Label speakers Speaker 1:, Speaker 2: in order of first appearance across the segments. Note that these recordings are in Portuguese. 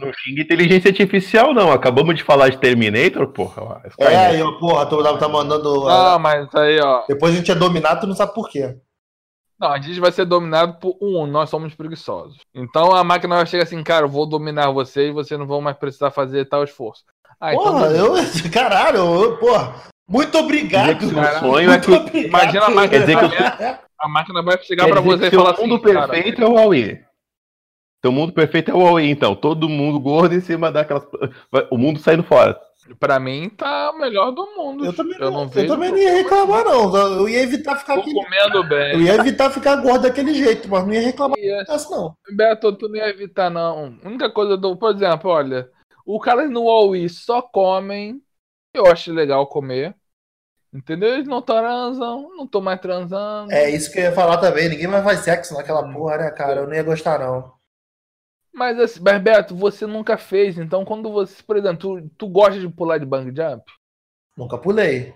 Speaker 1: Não xinga inteligência artificial, não. Acabamos de falar de Terminator, porra.
Speaker 2: É, aí, ó, porra, tu tá mandando.
Speaker 3: Ah,
Speaker 2: ah,
Speaker 3: mas aí, ó.
Speaker 2: Depois a gente é dominado, tu não sabe por quê.
Speaker 3: Não, a gente vai ser dominado por um, nós somos preguiçosos. Então a máquina vai chegar assim, cara, eu vou dominar você e você não vão mais precisar fazer tal esforço. Ah, então
Speaker 2: Porra,
Speaker 3: beleza.
Speaker 2: eu. Caralho, eu, porra. Muito obrigado.
Speaker 1: Dizer que o
Speaker 2: cara.
Speaker 1: sonho
Speaker 2: Muito
Speaker 1: é que-
Speaker 2: obrigado.
Speaker 3: Imagina a máquina,
Speaker 1: Quer dizer que eu-
Speaker 3: a máquina vai chegar
Speaker 1: Quer
Speaker 3: pra
Speaker 1: dizer
Speaker 3: você
Speaker 1: que
Speaker 3: e falar
Speaker 1: seu mundo
Speaker 3: assim, cara,
Speaker 1: perfeito é o Huawei. Seu mundo perfeito é o Huawei, então. Todo mundo gordo em cima daquelas. vai- O mundo saindo fora.
Speaker 3: pra mim tá o melhor do mundo.
Speaker 2: Eu também,
Speaker 3: eu
Speaker 2: não,
Speaker 3: não
Speaker 2: eu
Speaker 3: vejo
Speaker 2: também não ia reclamar, não. Eu ia evitar ficar
Speaker 3: Tô
Speaker 2: aqui.
Speaker 3: comendo
Speaker 2: Eu
Speaker 3: bem.
Speaker 2: ia evitar ficar gordo daquele jeito, mas não ia reclamar
Speaker 3: E é
Speaker 2: dessa, não.
Speaker 3: Beto, tu não ia evitar, não. A única coisa do. Por exemplo, olha, o cara no Huawei só comem. Eu acho legal comer. Entendeu? Eles não transam, não tô mais transando.
Speaker 2: É isso que eu ia falar também. Ninguém mais faz sexo naquela porra, né, cara? Eu não ia gostar, não.
Speaker 3: Mas, assim, mas, Beto, você nunca fez. Então, quando você. Por exemplo, tu, tu gosta de pular de bang jump?
Speaker 2: Nunca pulei.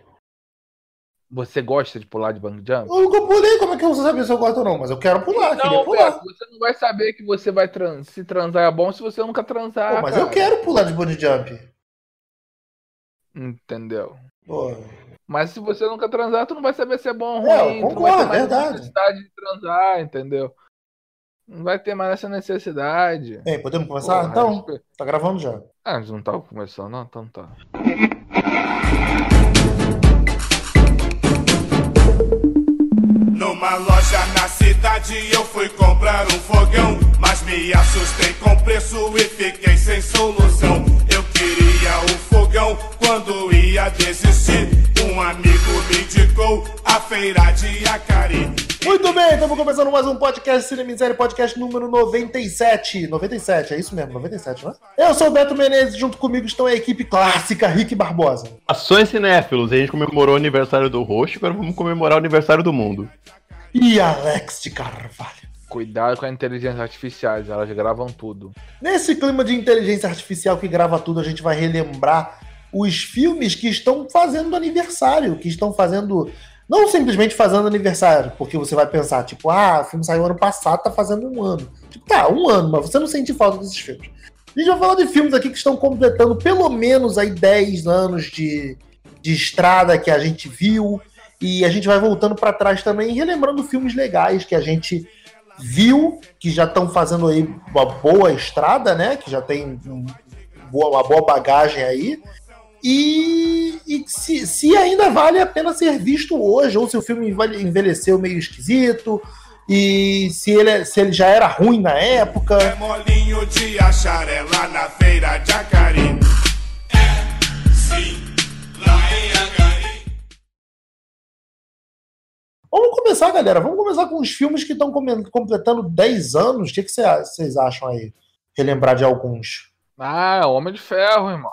Speaker 3: Você gosta de pular de bang jump?
Speaker 2: Eu nunca pulei, como é que eu vou saber se eu gosto ou não? Mas eu quero pular, queria
Speaker 3: Não,
Speaker 2: pular.
Speaker 3: Beto, você não vai saber que você vai trans... se transar é bom se você nunca transar.
Speaker 2: Pô, mas
Speaker 3: cara.
Speaker 2: eu quero pular de body jump.
Speaker 3: Entendeu?
Speaker 2: Pô,
Speaker 3: Mas se você nunca transar, tu não vai saber se é bom ou
Speaker 2: É, eu
Speaker 3: ruim. tu não vai
Speaker 2: concordo,
Speaker 3: ter mais
Speaker 2: verdade.
Speaker 3: necessidade de transar, entendeu? Não vai ter mais essa necessidade.
Speaker 2: bem, podemos começar?
Speaker 3: Porra,
Speaker 2: então,
Speaker 3: respe-
Speaker 2: tá gravando já.
Speaker 3: Ah, mas não tava começando, não? Então tá.
Speaker 4: Numa loja na cidade eu fui comprar um fogão, mas me assustei com o preço e fiquei sem solução. Eu queria o fogão quando ia desistir. Um amigo me indicou a feira de Acari.
Speaker 2: Muito bem, estamos começando mais um podcast Cine Miséria, podcast número 97. 97, é isso mesmo, 97, né? Eu sou o Beto Menezes, junto comigo estão a equipe clássica Rick Barbosa.
Speaker 1: Ações cinéfilos. A gente comemorou o aniversário do roxo, agora vamos comemorar o aniversário do mundo.
Speaker 2: e Alex de Carvalho.
Speaker 3: Cuidado com as inteligências artificiais, elas gravam tudo.
Speaker 2: Nesse clima de inteligência artificial que grava tudo, a gente vai relembrar os filmes que estão fazendo aniversário, que estão fazendo. Não simplesmente fazendo aniversário, porque você vai pensar, tipo, ah, o filme saiu ano passado, tá fazendo um ano. Tipo, tá, um ano, mas você não sente falta desses filmes. A gente vai falar de filmes aqui que estão completando pelo menos aí 10 anos de, de estrada que a gente viu. E a gente vai voltando pra trás também, relembrando filmes legais que a gente viu que já estão fazendo aí uma boa estrada, né? Que já tem um- boa- uma boa bagagem aí. E, e se, se ainda vale a pena ser visto hoje, ou se o filme envelhe- envelheceu meio esquisito, e se ele, é- se ele já era ruim na época.
Speaker 4: É molinho de achar é lá na feira de Acari. É, sim, lá em Acari.
Speaker 2: Vamos começar, galera. Vamos começar com os filmes que estão come- completando 10 anos. O que que vocês acham aí? Relembrar de alguns.
Speaker 3: Ah, Homem de Ferro, irmão.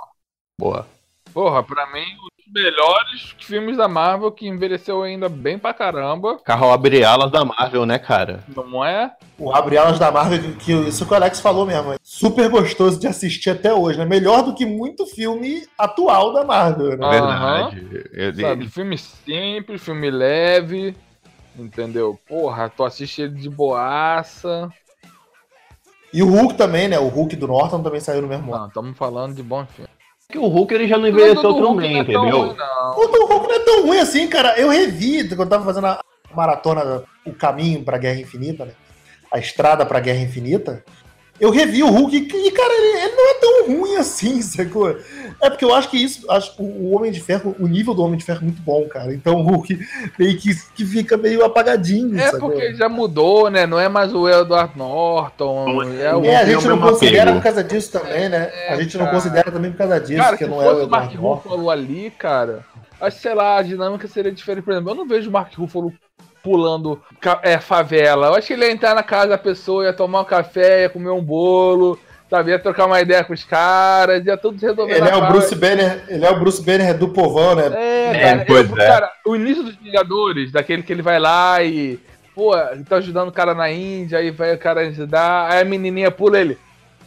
Speaker 1: Boa.
Speaker 3: Porra, pra mim, um dos melhores filmes da Marvel que envelheceu ainda bem pra caramba,
Speaker 1: Carro abre alas da Marvel, né, cara?
Speaker 3: não é?
Speaker 2: O Abre Alas da Marvel, que, que isso que o Alex falou mesmo. é Super gostoso de assistir até hoje, né? Melhor do que muito filme atual da Marvel, né?
Speaker 1: Ah.
Speaker 3: Aham.
Speaker 1: É Verdade. Ele-
Speaker 3: Sabe, filme simples, filme leve, entendeu? Porra, tu assiste ele de boaça.
Speaker 2: E o Hulk também, né? O Hulk do Norton também saiu no mesmo ano.
Speaker 3: Não, estamos falando de bom filme.
Speaker 1: que o Hulk ele já não
Speaker 3: Todo
Speaker 1: envelheceu
Speaker 3: Hulk
Speaker 1: tão
Speaker 3: não
Speaker 1: bem,
Speaker 3: é tão
Speaker 1: entendeu?
Speaker 3: ruim, não.
Speaker 2: O do Hulk não é tão ruim assim, cara. Eu revi quando eu tava fazendo a maratona, o caminho pra Guerra Infinita, né? A estrada pra Guerra Infinita. Eu revi o Hulk e, e, cara, ele, ele não é tão ruim assim, sacou? É porque eu acho que isso, acho que o Homem de Ferro, o nível do Homem de Ferro é muito bom, cara. Então o Hulk meio que, que fica meio apagadinho,
Speaker 3: É
Speaker 2: sacou?
Speaker 3: porque já mudou, né? Não é mais o Edward Norton. É o...
Speaker 2: É, a gente
Speaker 1: Tem o
Speaker 2: não
Speaker 1: mesmo
Speaker 2: considera
Speaker 1: apego.
Speaker 2: por causa disso também, né? A gente não
Speaker 3: É, cara.
Speaker 2: considera também por causa disso,
Speaker 3: Cara,
Speaker 2: que
Speaker 3: se
Speaker 2: não é o
Speaker 3: fosse o Mark
Speaker 2: Edward Norton.
Speaker 3: Ruffalo ali, cara, acho que, sei lá, a dinâmica seria diferente. Por exemplo, eu não vejo o Mark Ruffalo pulando ca- é, favela. Eu acho que ele ia entrar na casa da pessoa, ia tomar um café, ia comer um bolo, sabe? Ia trocar uma ideia com os caras, ia tudo se resolver
Speaker 2: Ele
Speaker 3: na
Speaker 2: é o
Speaker 3: paz.
Speaker 2: Bruce Banner, ele é o Bruce Banner do povão, né?
Speaker 3: É,
Speaker 1: É,
Speaker 3: cara,
Speaker 1: pois
Speaker 3: eu-
Speaker 1: é.
Speaker 3: cara, o início dos Vingadores, daquele que ele vai lá e, pô, tá ajudando o cara na Índia, aí vai o cara ajudar, aí a menininha pula ele.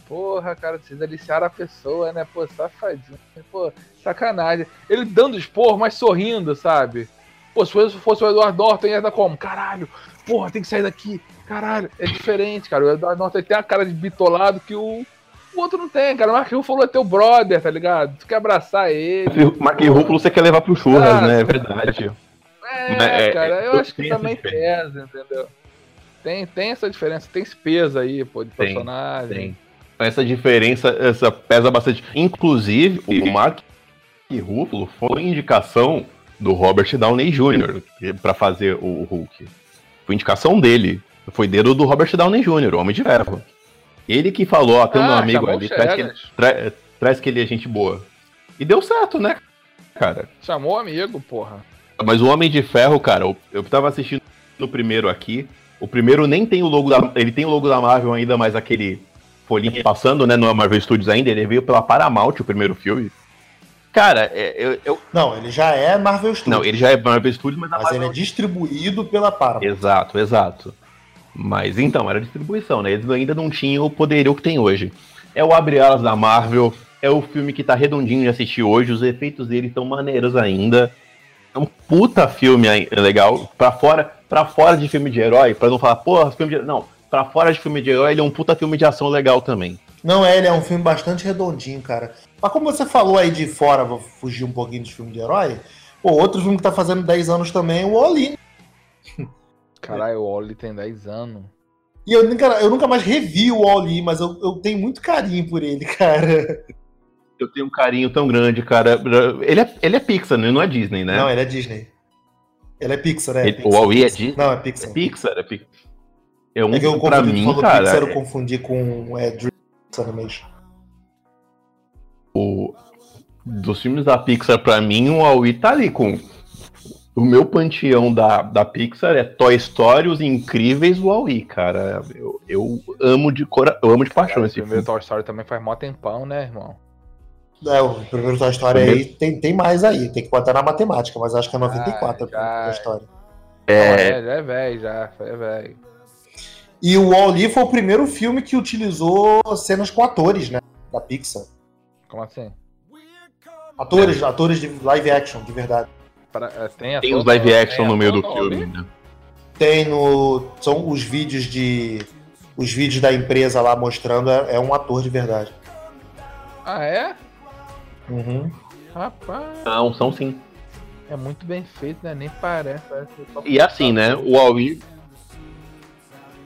Speaker 3: Porra, cara, vocês aliciaram a pessoa, né? Pô, safadinho, né? pô, sacanagem. Ele dando esporro, mas sorrindo, sabe? Pô, se fosse, fosse o Eduardo Norton, ia dar como? Caralho, porra, tem que sair daqui, caralho. É diferente, cara. O Eduardo Norton ele tem a cara de bitolado que o O outro não tem, cara. O Mark Ruffalo é teu brother, tá ligado? Tu quer abraçar ele.
Speaker 1: Mark Ruffalo você quer levar pro churras,
Speaker 3: Ah,
Speaker 1: né? É verdade.
Speaker 3: É,
Speaker 1: É,
Speaker 3: cara, eu
Speaker 1: eu
Speaker 3: acho que
Speaker 1: tenho essa
Speaker 3: também pesa, entendeu? Tem, tem essa diferença, tem esse peso aí, pô, de
Speaker 1: Tem,
Speaker 3: personagem.
Speaker 1: Tem. Então, Essa diferença essa pesa bastante. Inclusive, o Mark Ruffalo foi indicação do Robert Downey Jr. pra fazer o o Hulk. Foi indicação dele. Foi dedo do Robert Downey Jr., o Homem de Ferro. Ele que falou, ó, tem um
Speaker 3: Ah,
Speaker 1: amigo
Speaker 3: chamou
Speaker 1: ali,
Speaker 3: o
Speaker 1: traz que, ele,
Speaker 3: Chegas.
Speaker 1: tra- traz que ele é gente boa. E deu certo, né, cara?
Speaker 3: Chamou o amigo, porra.
Speaker 1: Mas o Homem de Ferro, cara, eu, eu tava assistindo o primeiro aqui. O primeiro nem tem o logo da. Ele tem o logo da Marvel ainda, mas aquele folhinho passando, né? Não é Marvel Studios ainda. Ele veio pela Paramount, o primeiro filme. Cara, é, eu, eu-
Speaker 2: Não, ele já é Marvel Studios.
Speaker 1: não, ele já é Marvel Studios, mas a
Speaker 2: Mas ele
Speaker 1: Marvel.
Speaker 2: é distribuído pela Paramount.
Speaker 1: Exato, exato. Mas então, era distribuição, né? Eles ainda não tinham o poderio que tem hoje. É o Abre Alas da Marvel, é o filme que tá redondinho de assistir hoje, os efeitos dele estão maneiros ainda. É um puta filme aí, é legal. Pra fora, pra fora de filme de herói, pra não falar, porra, filme de. Não, pra fora de filme de herói, ele é um puta filme de ação legal também.
Speaker 2: Não é, ele é um filme bastante redondinho, cara. Mas como você falou aí de fora, vou fugir um pouquinho dos filmes de herói. Pô, outro filme que tá fazendo 10 anos também é o Oli.
Speaker 3: Caralho, o Oli tem 10 anos.
Speaker 2: E eu nunca, eu nunca mais revi o Oli, mas eu, eu tenho muito carinho por ele, cara.
Speaker 1: Eu tenho um carinho tão grande, cara. Ele é, ele é Pixar, né? não é Disney, né?
Speaker 2: Não, ele é Disney. Ele é Pixar, né?
Speaker 1: Ele- o Huawei é Disney.
Speaker 2: Não, é
Speaker 1: É
Speaker 2: Pixar.
Speaker 1: Pixar, é Pixar. É um
Speaker 2: É que eu
Speaker 1: que pra
Speaker 2: confundi, tu
Speaker 1: mim,
Speaker 2: falou
Speaker 1: cara.
Speaker 2: Pixar, eu
Speaker 1: é-
Speaker 2: confundi com é, Dream Animation.
Speaker 1: o- dos filmes da Pixar, pra mim, o Aui tá ali com. O meu panteão da, da Pixar é Toy Story, Os Incríveis, o Aui, cara. Eu, eu amo de cora... eu amo de paixão
Speaker 3: Cara,
Speaker 1: esse
Speaker 3: o primeiro
Speaker 1: filme.
Speaker 3: Toy Story também faz mó tempão, né, irmão?
Speaker 2: É, o primeiro Toy Story aí tem, tem mais aí, tem que botar na matemática, mas acho que é 94
Speaker 3: Ah,
Speaker 2: o primeiro
Speaker 3: já.
Speaker 2: Toy Story.
Speaker 1: É,
Speaker 3: Já é velho, já. É velho.
Speaker 2: E o Wall-E foi o primeiro filme que utilizou cenas com atores, né? Da Pixar.
Speaker 3: Como assim?
Speaker 2: Atores, atores de live action, de verdade.
Speaker 3: Pra- é, tem,
Speaker 1: tem
Speaker 3: ator-
Speaker 1: os live action
Speaker 3: tem
Speaker 1: no meio do
Speaker 3: ator
Speaker 1: filme.
Speaker 3: nome?
Speaker 1: né?
Speaker 2: Tem no. São os vídeos de. Os vídeos da empresa lá mostrando, é, é um ator de verdade.
Speaker 3: Ah, é?
Speaker 2: Uhum.
Speaker 3: Rapaz,
Speaker 1: Não, são sim.
Speaker 3: é muito bem feito, né? Nem parece. parece que só-
Speaker 1: E assim, né? O Aui.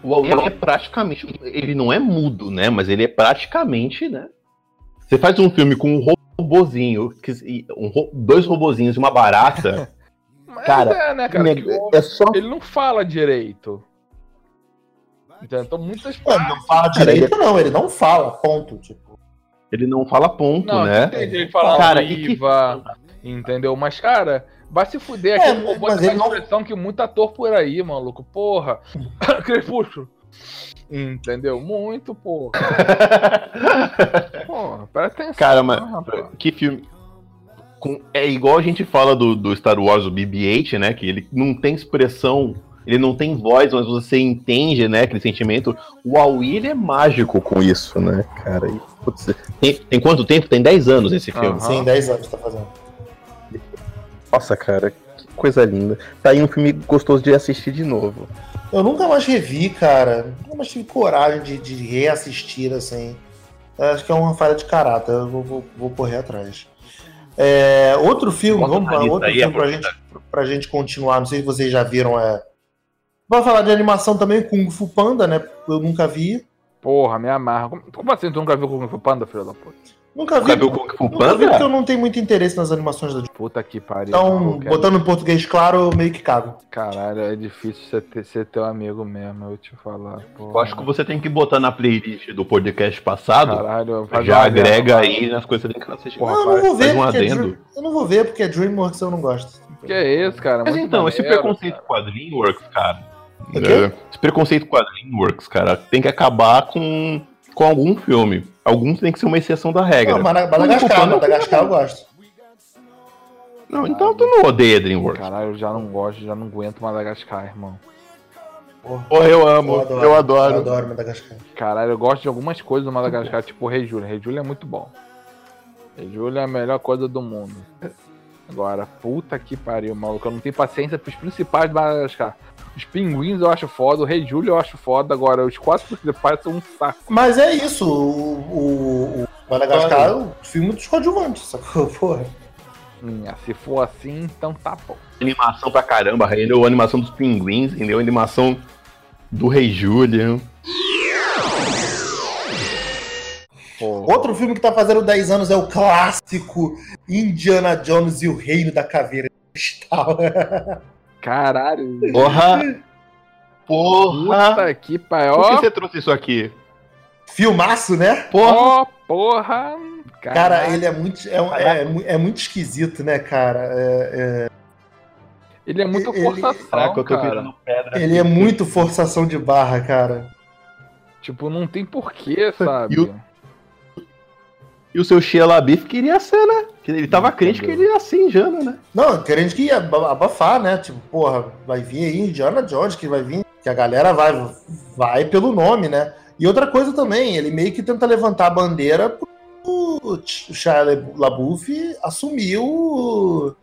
Speaker 1: O Aui é praticamente. Ele não é mudo, né? Mas ele é praticamente, né? Você faz um filme com um robozinho, que- e um ro- dois robozinhos e uma barata.
Speaker 3: Mas
Speaker 1: cara,
Speaker 3: é, né, cara? que o-
Speaker 1: é só
Speaker 3: Ele não fala direito. Entendeu? Então muitas
Speaker 2: Não, ele não fala direito, não, ele não fala, ponto. Tipo.
Speaker 1: Ele não fala ponto,
Speaker 3: Não,
Speaker 1: né?
Speaker 3: entendi ele falar
Speaker 1: Cara, e que-
Speaker 3: IVA, entendeu? Mas, cara, vai se fuder
Speaker 2: É,
Speaker 3: aquele robô
Speaker 2: mas
Speaker 3: tem
Speaker 2: ele
Speaker 3: uma
Speaker 2: não-
Speaker 3: expressão que muito ator por aí, maluco. Porra. Crepúsculo. Entendeu? Muito, porra. é? Porra, presta atenção.
Speaker 1: Cara, mas
Speaker 3: rapaz.
Speaker 1: que filme. com- É igual a gente fala do, do Star Wars, o BB-8, né? Que ele não tem expressão, ele não tem voz, mas você entende, né? Aquele sentimento. O Aui, ele é mágico com isso, né, cara? E, putz, tem, tem quanto tempo? Tem 10 anos esse filme.
Speaker 3: Aham.
Speaker 2: Sim, 10 anos tá fazendo.
Speaker 1: Nossa, cara, que coisa linda. Tá aí um filme gostoso de assistir de novo.
Speaker 2: Eu nunca mais revi, cara. Nunca mais tive coragem de, de reassistir, assim. Eu Acho que é uma falha de caráter. Eu vou, vou- vou correr atrás. É, outro filme,
Speaker 1: Bota
Speaker 2: vamos
Speaker 1: na
Speaker 2: lá,
Speaker 1: lista
Speaker 2: outro
Speaker 1: aí,
Speaker 2: filme pra gente, pra gente continuar. Não sei se vocês já viram. É... Vou falar de animação também, Kung Fu Panda, né? Eu nunca vi.
Speaker 3: Porra, me amarra. Como, como assim? Tu nunca viu Kung Fu Panda, filho da puta?
Speaker 2: Nunca vi.
Speaker 1: Sabe o Kung Fu
Speaker 2: Nunca vi porque
Speaker 1: Panda?
Speaker 2: eu não tenho muito interesse nas animações da Disney.
Speaker 3: Puta que pariu.
Speaker 2: Então,
Speaker 3: qualquer-
Speaker 2: botando em português claro, eu meio que cago.
Speaker 3: Caralho, é difícil você ter- ser teu amigo mesmo, eu te falar.
Speaker 1: Eu acho que você tem que botar na playlist do podcast passado.
Speaker 3: Caralho,
Speaker 1: já agrega aí nas coisas que você tem que assistir.
Speaker 3: Porra,
Speaker 2: não, eu não vou
Speaker 1: faz
Speaker 2: ver.
Speaker 1: um
Speaker 2: porque é
Speaker 1: adendo.
Speaker 2: Dream- Eu não vou ver porque é Dreamworks, eu não gosto.
Speaker 3: Que é isso, cara?
Speaker 1: Mas
Speaker 3: muito
Speaker 1: então, esse
Speaker 3: maneiro,
Speaker 1: preconceito
Speaker 3: cara.
Speaker 1: com a DreamWorks, cara.
Speaker 2: O quê?
Speaker 1: né, Esse preconceito com a DreamWorks, cara, tem que acabar com, com algum filme. Alguns tem que ser uma exceção da regra.
Speaker 2: Não, Mara- Madagascar,
Speaker 1: Kung Fu Panda é um
Speaker 2: Madagascar eu gosto.
Speaker 1: Não, então tu não odeia DreamWorks.
Speaker 3: Caralho, eu já não gosto, já não aguento Madagascar, irmão.
Speaker 1: Porra, eu amo, eu adoro.
Speaker 2: Eu adoro Madagascar.
Speaker 3: Caralho, eu gosto de algumas coisas do Madagascar, tipo o Rei Júlio. Rei Júlio é muito bom. Rei Júlio é a melhor coisa do mundo. Agora, puta que pariu, maluco. Eu não tenho paciência pros principais do Madagascar. Os pinguins eu acho foda, o Rei Júlio eu acho foda, agora os quatro principais são um saco.
Speaker 2: Mas é isso, o, o, o Madagascar é o filme dos coadjuvantes, sacou? Porra.
Speaker 3: Minha, se for assim, então tá bom.
Speaker 1: Animação pra caramba, rendeu a animação dos pinguins, rendeu a animação do Rei Júlio.
Speaker 3: Pô,
Speaker 2: Outro filme que tá fazendo 10 anos é o clássico Indiana Jones e o Reino da Caveira de Cristal.
Speaker 3: caralho.
Speaker 1: Porra! Porra!
Speaker 3: Puta que pariu.
Speaker 1: Por que
Speaker 3: Ó,
Speaker 1: você trouxe isso aqui?
Speaker 2: Filmaço, né?
Speaker 1: Porra!
Speaker 3: ó, porra.
Speaker 2: Cara,
Speaker 3: Caralho.
Speaker 2: ele é muito, é, um- é, é mu- é muito esquisito, né, cara? É-
Speaker 3: ele é muito
Speaker 2: ele-
Speaker 3: forçação,
Speaker 1: Caraca, eu tô
Speaker 3: cara.
Speaker 1: virando pedra.
Speaker 2: ele é muito forçação de barra, cara.
Speaker 3: Tipo, não tem porquê, sabe?
Speaker 1: E o- E o seu Sheila Biff queria ser, né? Que Ele tava crente que ele ia ser indiano, né?
Speaker 2: Não, querendo que ia ab- abafar, né? Tipo, porra, vai vir aí Indiana Jones, que vai vir, que a galera vai, vai pelo nome, né? E outra coisa também, ele meio que tenta levantar a bandeira pro o Shia LaBeouf assumir o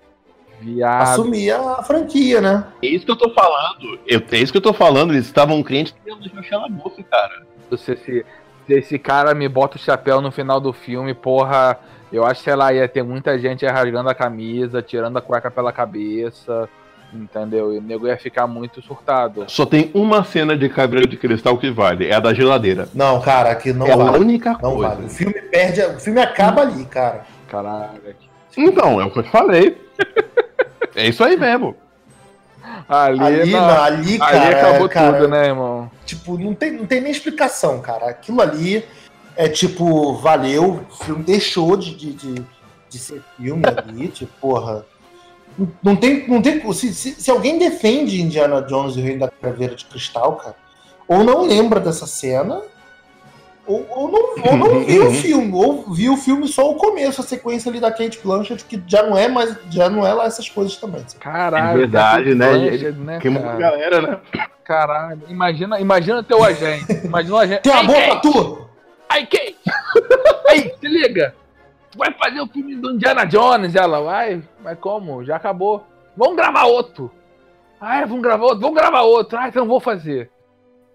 Speaker 3: Viado.
Speaker 2: assumir a franquia, né?
Speaker 1: É isso que eu tô falando. Eu- é isso que eu tô falando. Eles estavam crentes que ia deixar o Sheila Biff, cara.
Speaker 3: Se esse, se esse cara me bota o chapéu no final do filme, porra, eu acho, sei lá, ia ter muita gente aí rasgando a camisa, tirando a cueca pela cabeça, entendeu? E o nego ia ficar muito surtado.
Speaker 1: Só tem uma cena de Caveira de Cristal que vale. É a da geladeira.
Speaker 2: Não, cara, aqui não
Speaker 1: é a
Speaker 2: vale.
Speaker 1: única
Speaker 2: Não
Speaker 1: coisa.
Speaker 2: vale. O filme perde, o filme acaba ali, cara.
Speaker 3: Caralho.
Speaker 1: Então, é o que eu te falei. é isso aí mesmo.
Speaker 3: Ali,
Speaker 2: Ali,
Speaker 3: não.
Speaker 2: não, ali,
Speaker 3: ali
Speaker 2: cara, é,
Speaker 3: acabou
Speaker 2: cara,
Speaker 3: tudo, né, irmão?
Speaker 2: Tipo, não tem, não tem nem explicação, cara. Aquilo ali é tipo, valeu, o filme deixou de, de, de, de ser filme ali, tipo, porra. Não- Não tem. Não tem se, se, se alguém defende Indiana Jones e o Reino da Caveira de Cristal, cara, ou não lembra dessa cena, ou, ou não, ou não viu o filme, ou viu o filme só o começo, a sequência ali da Kate Blanchett, que já não é mais, já não é lá essas coisas também. sabe?
Speaker 3: Caralho.
Speaker 1: É verdade,
Speaker 3: Kate
Speaker 1: né?
Speaker 3: Blanchett, né,
Speaker 1: Queimou a
Speaker 3: cara?
Speaker 1: galera, né?
Speaker 3: Caralho. Imagina, imagina teu agente. Imagina o agente.
Speaker 2: Tem a
Speaker 3: Ei,
Speaker 2: boca
Speaker 3: Kate!
Speaker 2: tua!
Speaker 3: Aí, Kate! Aí, se liga! Tu vai fazer o filme do Indiana Jones, ela, vai, mas como? Já acabou. Vamos gravar outro! Ah, vamos gravar outro, vamos gravar outro, ah, então vou fazer.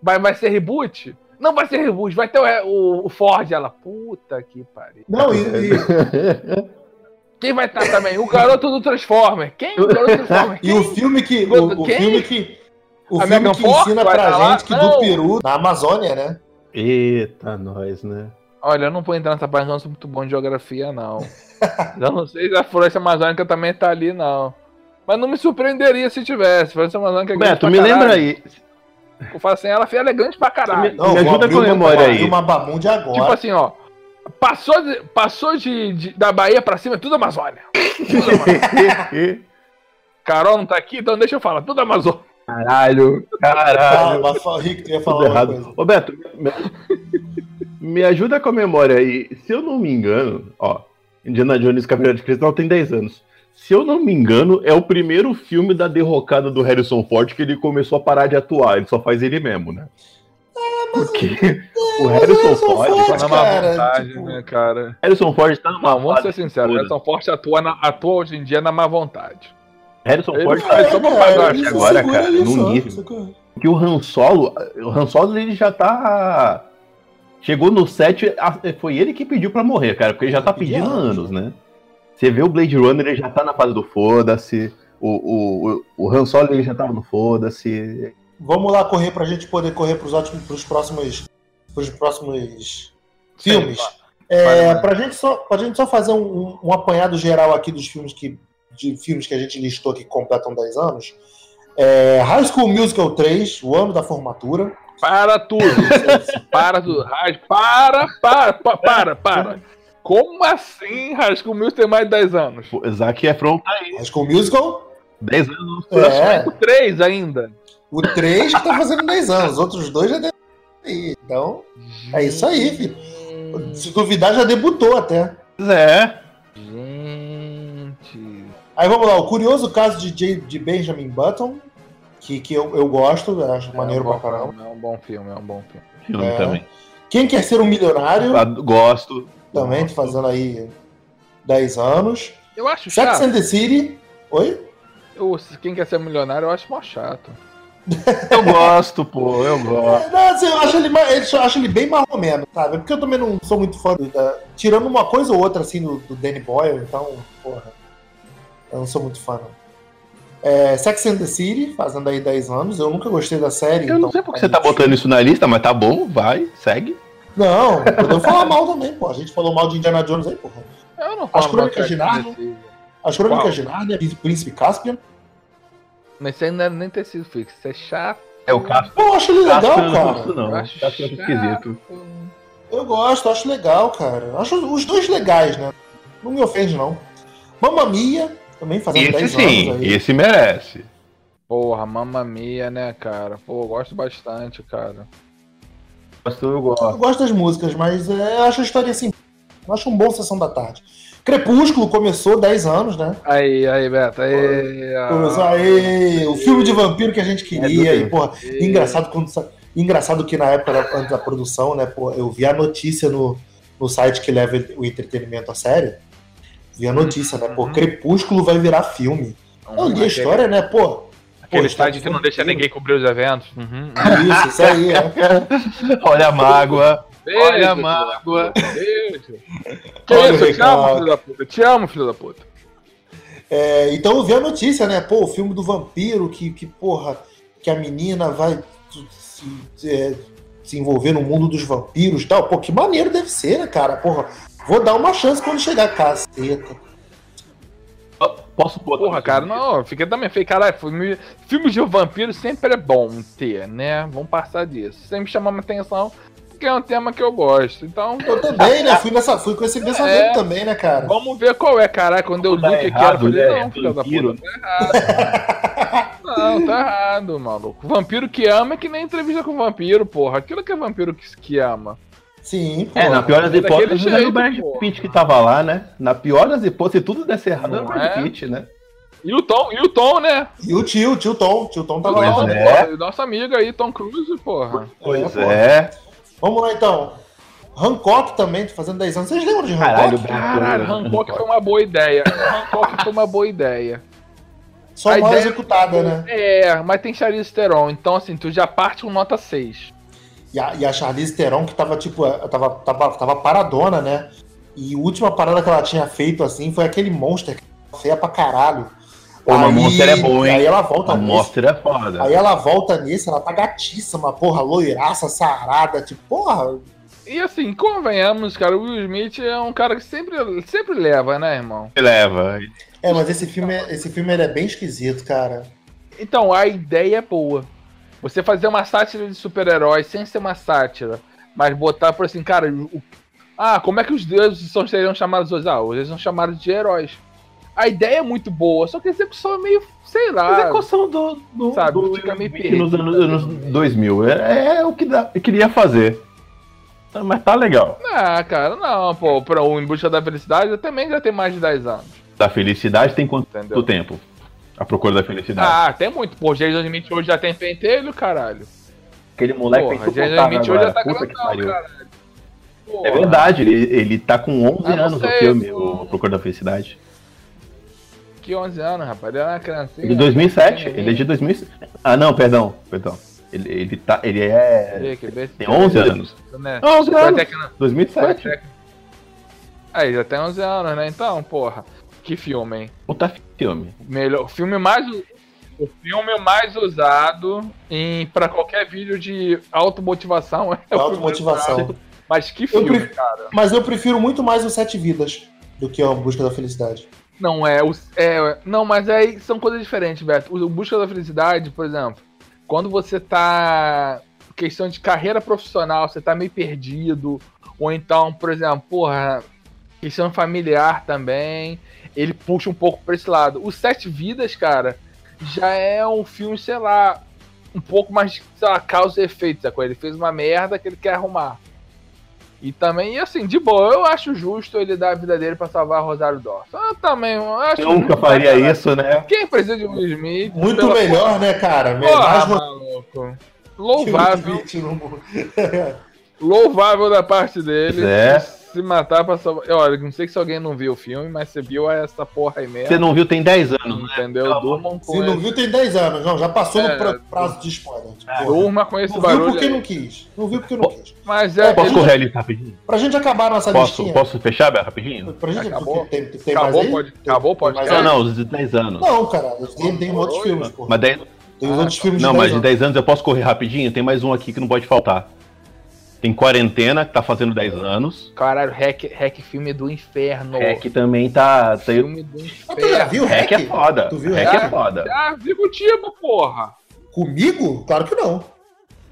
Speaker 3: Vai, vai ser reboot? Não vai ser reboot, vai ter o, o- o Ford, ela, puta que pariu.
Speaker 2: Não, e- e,
Speaker 3: Quem vai estar também? O garoto do Transformer. Quem? O garoto do Transformer.
Speaker 2: E o filme que. O, o
Speaker 3: Quem?
Speaker 2: filme que. O
Speaker 3: A
Speaker 2: filme
Speaker 3: Megan
Speaker 2: que
Speaker 3: Fox
Speaker 2: ensina
Speaker 3: vai
Speaker 2: pra
Speaker 3: tá lá?
Speaker 2: gente que
Speaker 3: Não.
Speaker 2: do Peru, na Amazônia, né?
Speaker 1: Eita, nós, né?
Speaker 3: Olha, eu não vou entrar nessa parte, não sou muito bom de geografia, não. eu não sei se a floresta amazônica também tá ali, não. Mas não me surpreenderia se tivesse. Floresta amazônica é grande
Speaker 1: Beto,
Speaker 3: pra
Speaker 1: me lembra
Speaker 3: caralho.
Speaker 1: aí.
Speaker 3: Eu falo assim, ela filha, ela é grande pra caralho.
Speaker 1: Me ajuda
Speaker 2: abrir
Speaker 1: com a
Speaker 2: uma-
Speaker 1: memória
Speaker 2: vou
Speaker 1: aí.
Speaker 2: abrir uma bamunde agora.
Speaker 3: Tipo assim, ó. Passou, de- passou de, de- da Bahia pra cima, é tudo Amazônia. Tudo Amazônia. Carol não tá aqui, então deixa eu falar, tudo Amazônia.
Speaker 1: Caralho, caralho.
Speaker 2: Ah, mas fala- Rick, tu ia
Speaker 1: Tudo
Speaker 2: falar uma coisa.
Speaker 1: errado. Ô, Beto, me, me ajuda com a memória aí. Se eu não me engano, ó, Indiana Jones e Caveira de Cristal tem 10 anos. Se eu não me engano, é o primeiro filme da derrocada do Harrison Ford que ele começou a parar de atuar. Ele só faz ele mesmo, né?
Speaker 3: Ah,
Speaker 1: Porque o
Speaker 2: o
Speaker 1: Harrison
Speaker 2: Harrison
Speaker 1: Ford,
Speaker 2: Ford-
Speaker 1: tá
Speaker 2: Mas,
Speaker 1: na- né,
Speaker 2: cara, tipo-
Speaker 3: cara?
Speaker 1: Harrison Ford tá numa
Speaker 3: Não, vamos ser
Speaker 1: fase
Speaker 3: sinceros,
Speaker 1: toda.
Speaker 3: Nelson Forte atua, na- atua hoje em dia na má vontade.
Speaker 1: Harrison
Speaker 3: Ele
Speaker 1: Ford
Speaker 3: não
Speaker 1: tá
Speaker 3: faz só pra pagar,
Speaker 2: É, isso
Speaker 1: agora,
Speaker 2: segura
Speaker 1: cara,
Speaker 2: ali
Speaker 1: no
Speaker 2: só,
Speaker 1: nível.
Speaker 2: sacou?
Speaker 1: Porque o Han Solo, o Han Solo ele já tá. Chegou no set, a- foi ele que pediu pra morrer, cara, porque ele já tá pedindo há anos, né? Você vê o Blade Runner, ele já tá na fase do foda-se. O, o, o- o Han Solo ele já tava no foda-se.
Speaker 2: Vamos lá correr pra gente poder correr pros, ótimos, pros próximos. Pros próximos filmes. É, pra, gente só, pra gente só fazer um, um- um apanhado geral aqui dos filmes que. De filmes que a gente listou que completam 10 anos. É, High School Musical 3, o ano da formatura.
Speaker 3: Para tudo, para tudo. Ras- Para, para, pa- para, para. Como assim Rasco Mills tem mais de 10 anos?
Speaker 1: Pô, Zac Efron tá
Speaker 2: High School Musical
Speaker 1: 10 anos.
Speaker 2: É,
Speaker 3: Três ainda.
Speaker 2: o 3 que tá fazendo 10 anos, os outros dois já devem aí. Então, é isso aí, filho. Se duvidar, já debutou até.
Speaker 1: É.
Speaker 3: Gente.
Speaker 2: Aí vamos lá, o curioso caso de, J- de Benjamin Button, que, que eu, eu gosto, eu acho maneiro
Speaker 3: é um bom
Speaker 2: pra caramba.
Speaker 3: filme, É um bom filme, é um bom filme.
Speaker 1: Filme
Speaker 2: É.
Speaker 1: também.
Speaker 2: Quem quer ser um milionário,
Speaker 1: Ad- Gosto.
Speaker 2: também tá fazendo aí 10 anos.
Speaker 3: Eu acho
Speaker 2: Sex
Speaker 3: chato.
Speaker 2: and the City, oi?
Speaker 3: Eu- quem quer ser milionário, eu acho mó chato.
Speaker 1: Eu gosto, pô, eu gosto.
Speaker 2: Não, assim, eu acho ele, ma- ele- eu acho ele bem marromeno, sabe? Porque eu também não sou muito fã do, da- Tirando uma coisa ou outra, assim, do, do Danny Boyle, então, porra. Eu não sou muito fã, não. É, Sex and the City, fazendo aí 10 anos. Eu nunca gostei da série.
Speaker 1: Eu não
Speaker 2: então-
Speaker 1: sei porque você tá botando isso na lista, mas tá bom, vai, segue.
Speaker 2: Não, podemos falar mal também, pô. A gente falou mal de Indiana Jones aí, porra.
Speaker 3: Eu não é
Speaker 2: As
Speaker 3: falo mal
Speaker 2: Crônicas de
Speaker 3: cara,
Speaker 2: Nárnia?
Speaker 3: desse-
Speaker 2: As Crônicas de Nárnia, Príncipe Caspian.
Speaker 3: Mas isso aí não é nem tecido fixo, isso é chato.
Speaker 1: É o Cássio.
Speaker 2: Pô, eu acho ele legal,
Speaker 1: Cássio eu não
Speaker 2: cara.
Speaker 1: gosto, não.
Speaker 3: Eu
Speaker 1: Cássio
Speaker 3: acho
Speaker 1: eu acho
Speaker 2: é
Speaker 1: esquisito.
Speaker 2: Eu gosto, acho legal, cara. Eu Acho os dois legais, né? Não me ofende, não. Mamma Mia, também fazendo
Speaker 1: Esse
Speaker 2: 10
Speaker 1: sim,
Speaker 2: anos aí.
Speaker 1: esse merece.
Speaker 3: Porra, mamma mia, né, cara? Pô, eu gosto bastante, cara.
Speaker 1: Gosto, eu gosto.
Speaker 2: Eu gosto das músicas, mas é, eu acho a história assim. Eu acho um bom Sessão da Tarde. Crepúsculo começou 10 anos, né?
Speaker 3: Aí, aí, Beto, aí. ó.
Speaker 2: Começou aí, o filme de vampiro que a gente queria.
Speaker 1: É,
Speaker 2: e, porra,
Speaker 3: E-
Speaker 2: engraçado, quando, sa- engraçado que na época da, antes da produção, né? Pô, eu vi a notícia no, no site que leva o entretenimento a sério. Vi a notícia, né? Pô,
Speaker 3: Uhum.
Speaker 2: Crepúsculo vai virar filme. Eu li a história, né? Pô.
Speaker 3: Aquele
Speaker 1: tá
Speaker 2: pô,
Speaker 3: estádio que não deixa ninguém cobrir os eventos. Uhum.
Speaker 2: Isso, isso aí. É.
Speaker 1: Olha a mágoa. Olha a
Speaker 3: Beijo,
Speaker 1: mágoa.
Speaker 3: Beijo. Que
Speaker 2: Olha,
Speaker 3: isso, eu te amo,
Speaker 2: Ricardo.
Speaker 3: filho da puta. Eu Te amo, filho da puta.
Speaker 2: É, então eu vi a notícia, né? Pô, o filme do vampiro, que, que porra, que a menina vai se, é, se envolver no mundo dos vampiros e tal. Pô, que maneiro deve ser, né, cara? Porra, vou dar uma chance quando chegar, caceta.
Speaker 1: Posso botar?
Speaker 3: Porra, cara, não, é eu fiquei também feio. Caralho, filme, filmes de vampiro sempre é bom ter, né? Vamos passar disso. Sempre chama minha atenção, porque é um tema que eu gosto. Então,
Speaker 2: Eu também, né? Fui, nessa, fui com esse pensamento
Speaker 3: É.
Speaker 2: também, né, cara?
Speaker 3: vamos ver qual é, caralho. Quando eu li
Speaker 1: Tá
Speaker 3: o que que era, eu
Speaker 1: errado,
Speaker 3: falei,
Speaker 1: né?
Speaker 3: não, filho da
Speaker 1: Vampiro.
Speaker 3: puta, tá errado. Não, tá errado, maluco. Vampiro que ama é que nem entrevista com vampiro, porra. Aquilo que é vampiro que, que ama.
Speaker 2: Sim, pô.
Speaker 1: É, na pior das
Speaker 3: Daquele
Speaker 1: hipóteses, era o
Speaker 3: jeito,
Speaker 1: Brad
Speaker 3: porra.
Speaker 1: Pitt que tava lá, né? Na pior das hipóteses, se tudo desse errado, era o
Speaker 3: Não
Speaker 1: Brad
Speaker 3: é?
Speaker 1: Pitt, né?
Speaker 3: E o Tom, e o Tom, né?
Speaker 2: E o tio, o tio Tom, o tio Tom tá
Speaker 3: Tom,
Speaker 1: Pois
Speaker 2: lá.
Speaker 1: é.
Speaker 3: porra, e Nosso amigo aí, Tom Cruise, porra.
Speaker 1: Pois
Speaker 2: porra.
Speaker 1: é.
Speaker 2: Vamos lá, então. Hancock também, tô fazendo 10 anos. Vocês lembram de Hancock?
Speaker 1: Caralho, Brad
Speaker 3: Caralho,
Speaker 1: Pitt.
Speaker 3: Hancock foi uma boa ideia. Hancock foi uma boa ideia.
Speaker 2: Só
Speaker 3: a
Speaker 2: mal
Speaker 3: ideia-
Speaker 2: executada, né?
Speaker 3: É, mas tem Charlize Theron, então assim, tu já parte com nota 6.
Speaker 2: E a, e a Charlize Theron, que tava, tipo, eh, tava, tava, tava paradona, né? E a última parada que ela tinha feito, assim, foi aquele Monster, que ela feia pra caralho.
Speaker 1: Pô, mas Monster é bom, hein?
Speaker 2: Aí ela volta
Speaker 1: A
Speaker 2: nesse.
Speaker 1: mostra é foda.
Speaker 2: Aí ela volta nesse, ela tá gatíssima, porra, loiraça, sarada, tipo, porra,
Speaker 3: E assim, convenhamos, cara, o Will Smith é um cara que sempre, sempre leva, né, irmão?
Speaker 1: Ele leva.
Speaker 2: É, mas esse filme, é- esse filme ele é bem esquisito, cara.
Speaker 3: Então, a ideia é boa. Você fazer uma sátira de super-heróis sem ser uma sátira, mas botar por assim, cara, o- ah, como é que os deuses são, seriam chamados hoje? Ah, hoje eles são chamados de heróis. A ideia é muito boa, só que a execução é meio, sei lá.
Speaker 1: Mas é questão do, do,
Speaker 3: Sabe,
Speaker 1: do
Speaker 3: fica meio
Speaker 1: Will Smith nos
Speaker 3: perdido.
Speaker 1: anos, anos 2000. É, é o que dá- eu queria fazer. Mas tá legal.
Speaker 3: Ah, cara, não, pô. Pra o Em Busca da Felicidade eu também já tem mais de 10 anos.
Speaker 1: Da felicidade tem quanto
Speaker 3: Entendeu?
Speaker 1: tempo? A procura da felicidade.
Speaker 3: Ah, tem muito. Pô, Jason Smith hoje já tem pentelho, caralho.
Speaker 1: Aquele moleque
Speaker 3: Porra,
Speaker 1: tem
Speaker 3: Jason Smith hoje já tá
Speaker 1: Puta que
Speaker 3: grandão,
Speaker 1: pariu.
Speaker 3: caralho. Porra.
Speaker 1: É verdade, ele, ele tá com 11
Speaker 3: Ah, não
Speaker 1: anos no
Speaker 3: sei,
Speaker 1: filme,
Speaker 3: pô.
Speaker 1: o Procura da Felicidade.
Speaker 3: Que 11 anos, rapaz. Ele era uma criancinha.
Speaker 1: É
Speaker 3: né?
Speaker 1: De 2007,
Speaker 3: Pequenininho.
Speaker 1: ele é de 2007. Ah, não, perdão, perdão. Ele, ele, tá, ele é...
Speaker 3: Vê que besta,
Speaker 1: tem 11 anos.
Speaker 3: Né?
Speaker 1: 11
Speaker 3: Foi
Speaker 1: anos,
Speaker 3: até que não- foi
Speaker 1: 2007.
Speaker 3: até que- Aí, já tem 11 anos, né? Então, porra. Que filme, hein?
Speaker 1: Puta filme.
Speaker 3: Melhor, o filme mais... u- O filme mais usado em, pra qualquer vídeo de automotivação é o filme
Speaker 2: Automotivação.
Speaker 3: Mas que filme,
Speaker 2: prefiro-
Speaker 3: cara.
Speaker 2: Mas eu prefiro muito mais o Sete Vidas do que o Busca da Felicidade.
Speaker 3: Não, é, o, é. Não, mas aí são coisas diferentes, Beto. O, o Busca da Felicidade, por exemplo, quando você tá. Questão de carreira profissional, você tá meio perdido. Ou então, por exemplo, porra, questão familiar também. Ele puxa um pouco pra esse lado. O Sete Vidas, cara, já é um filme, sei lá, um pouco mais de sei lá, causa e efeito, sacou? Ele fez uma merda que ele quer arrumar. E também, e assim, de boa, eu acho justo ele dar a vida dele pra salvar Rosário Dawson. Eu também, eu acho.
Speaker 1: Eu nunca
Speaker 3: justo,
Speaker 1: faria
Speaker 3: cara.
Speaker 1: isso, né?
Speaker 3: Quem precisa de um Will Smith?
Speaker 2: Muito
Speaker 3: Pela-
Speaker 2: melhor, né, cara?
Speaker 3: Porra,
Speaker 2: Mais
Speaker 3: maluco.
Speaker 2: roteiro que
Speaker 3: Louvável.
Speaker 2: Smith no mundo.
Speaker 3: Louvável da parte dele.
Speaker 1: É.
Speaker 3: se matar pra salvar. Olha, não sei se alguém não viu o filme, mas você viu essa porra aí mesmo.
Speaker 1: Você não viu tem 10 anos, né?
Speaker 3: Entendeu? Durmam
Speaker 2: Se
Speaker 3: com,
Speaker 2: não
Speaker 3: esse...
Speaker 2: viu, tem 10 anos. Não, já passou
Speaker 3: É,
Speaker 2: no pra- prazo de spoiler. tipo, Porra.
Speaker 3: Durma com esse
Speaker 2: não viu
Speaker 3: barulho. é-
Speaker 2: porque
Speaker 3: aí.
Speaker 2: não quis. Não viu porque não quis.
Speaker 3: Mas é.
Speaker 1: Posso
Speaker 3: ele-
Speaker 1: correr ali rapidinho?
Speaker 2: Pra gente acabar nossa
Speaker 1: Posso,
Speaker 2: listinha.
Speaker 1: posso fechar, Beto, rapidinho?
Speaker 2: Pra gente,
Speaker 3: Acabou.
Speaker 2: Tem, tem
Speaker 3: Acabou
Speaker 2: mais aí?
Speaker 3: pode-
Speaker 2: Tem-
Speaker 3: acabou
Speaker 2: tem
Speaker 3: pode-
Speaker 2: mais
Speaker 1: Não,
Speaker 2: aí?
Speaker 1: não, os de 10 anos.
Speaker 2: Não, cara. Tem, tem outros
Speaker 3: né?
Speaker 2: filmes, porra.
Speaker 1: Mas 10
Speaker 2: Tem outros filmes
Speaker 1: Não,
Speaker 2: de
Speaker 1: mas
Speaker 2: 10
Speaker 1: de
Speaker 2: anos.
Speaker 1: 10 anos eu posso correr rapidinho? Tem mais um aqui que não pode faltar. Tem Quarentena, que tá fazendo 10 anos.
Speaker 3: Caralho, hack, hack filme do inferno.
Speaker 1: Hack É, também tá. tá...
Speaker 3: filme do
Speaker 2: Ah, tu já
Speaker 3: inferno.
Speaker 2: viu o
Speaker 1: Hack é foda.
Speaker 2: Tu viu
Speaker 1: Hack
Speaker 2: Hack?
Speaker 1: é foda.
Speaker 3: Ah, vi contigo, porra.
Speaker 2: Comigo? Claro que não.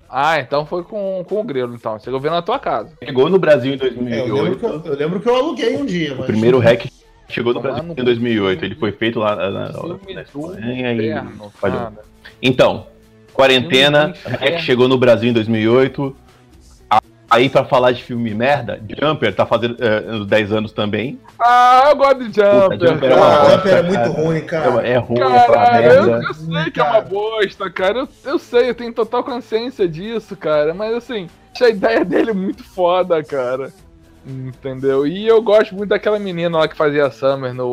Speaker 3: Ah, então foi com, com o Grilo, então. Você viu na tua casa.
Speaker 1: Chegou no Brasil em
Speaker 2: É, eu, lembro que
Speaker 1: 2008.
Speaker 2: eu, eu lembro que eu aluguei um dia,
Speaker 1: O
Speaker 2: mas.
Speaker 1: primeiro hack chegou no
Speaker 3: Tomar
Speaker 1: Brasil
Speaker 3: no
Speaker 1: em 2008. Ele foi feito lá na, na,
Speaker 3: Filme
Speaker 1: na
Speaker 3: do
Speaker 1: Espanha e
Speaker 3: inferno,
Speaker 1: falhou.
Speaker 3: cara.
Speaker 1: Então, quarentena,
Speaker 3: Filme do inferno.
Speaker 1: Hack chegou no Brasil em 2008. A- Aí, pra falar de filme merda, Jumper tá fazendo eh, 10 anos também.
Speaker 3: Ah, eu gosto de Jumper.
Speaker 1: Puta, Jumper é uma
Speaker 2: Cara,
Speaker 1: bosta,
Speaker 2: o Jumper é muito
Speaker 1: cara.
Speaker 2: ruim, cara.
Speaker 1: É, é ruim, é pra
Speaker 3: Caralho, eu,
Speaker 1: merda.
Speaker 3: eu sei que é uma bosta, cara. Eu, eu sei, eu tenho total consciência disso, cara. Mas assim, acho a ideia dele muito foda, cara. Entendeu? E eu gosto muito daquela menina lá que fazia a Summer no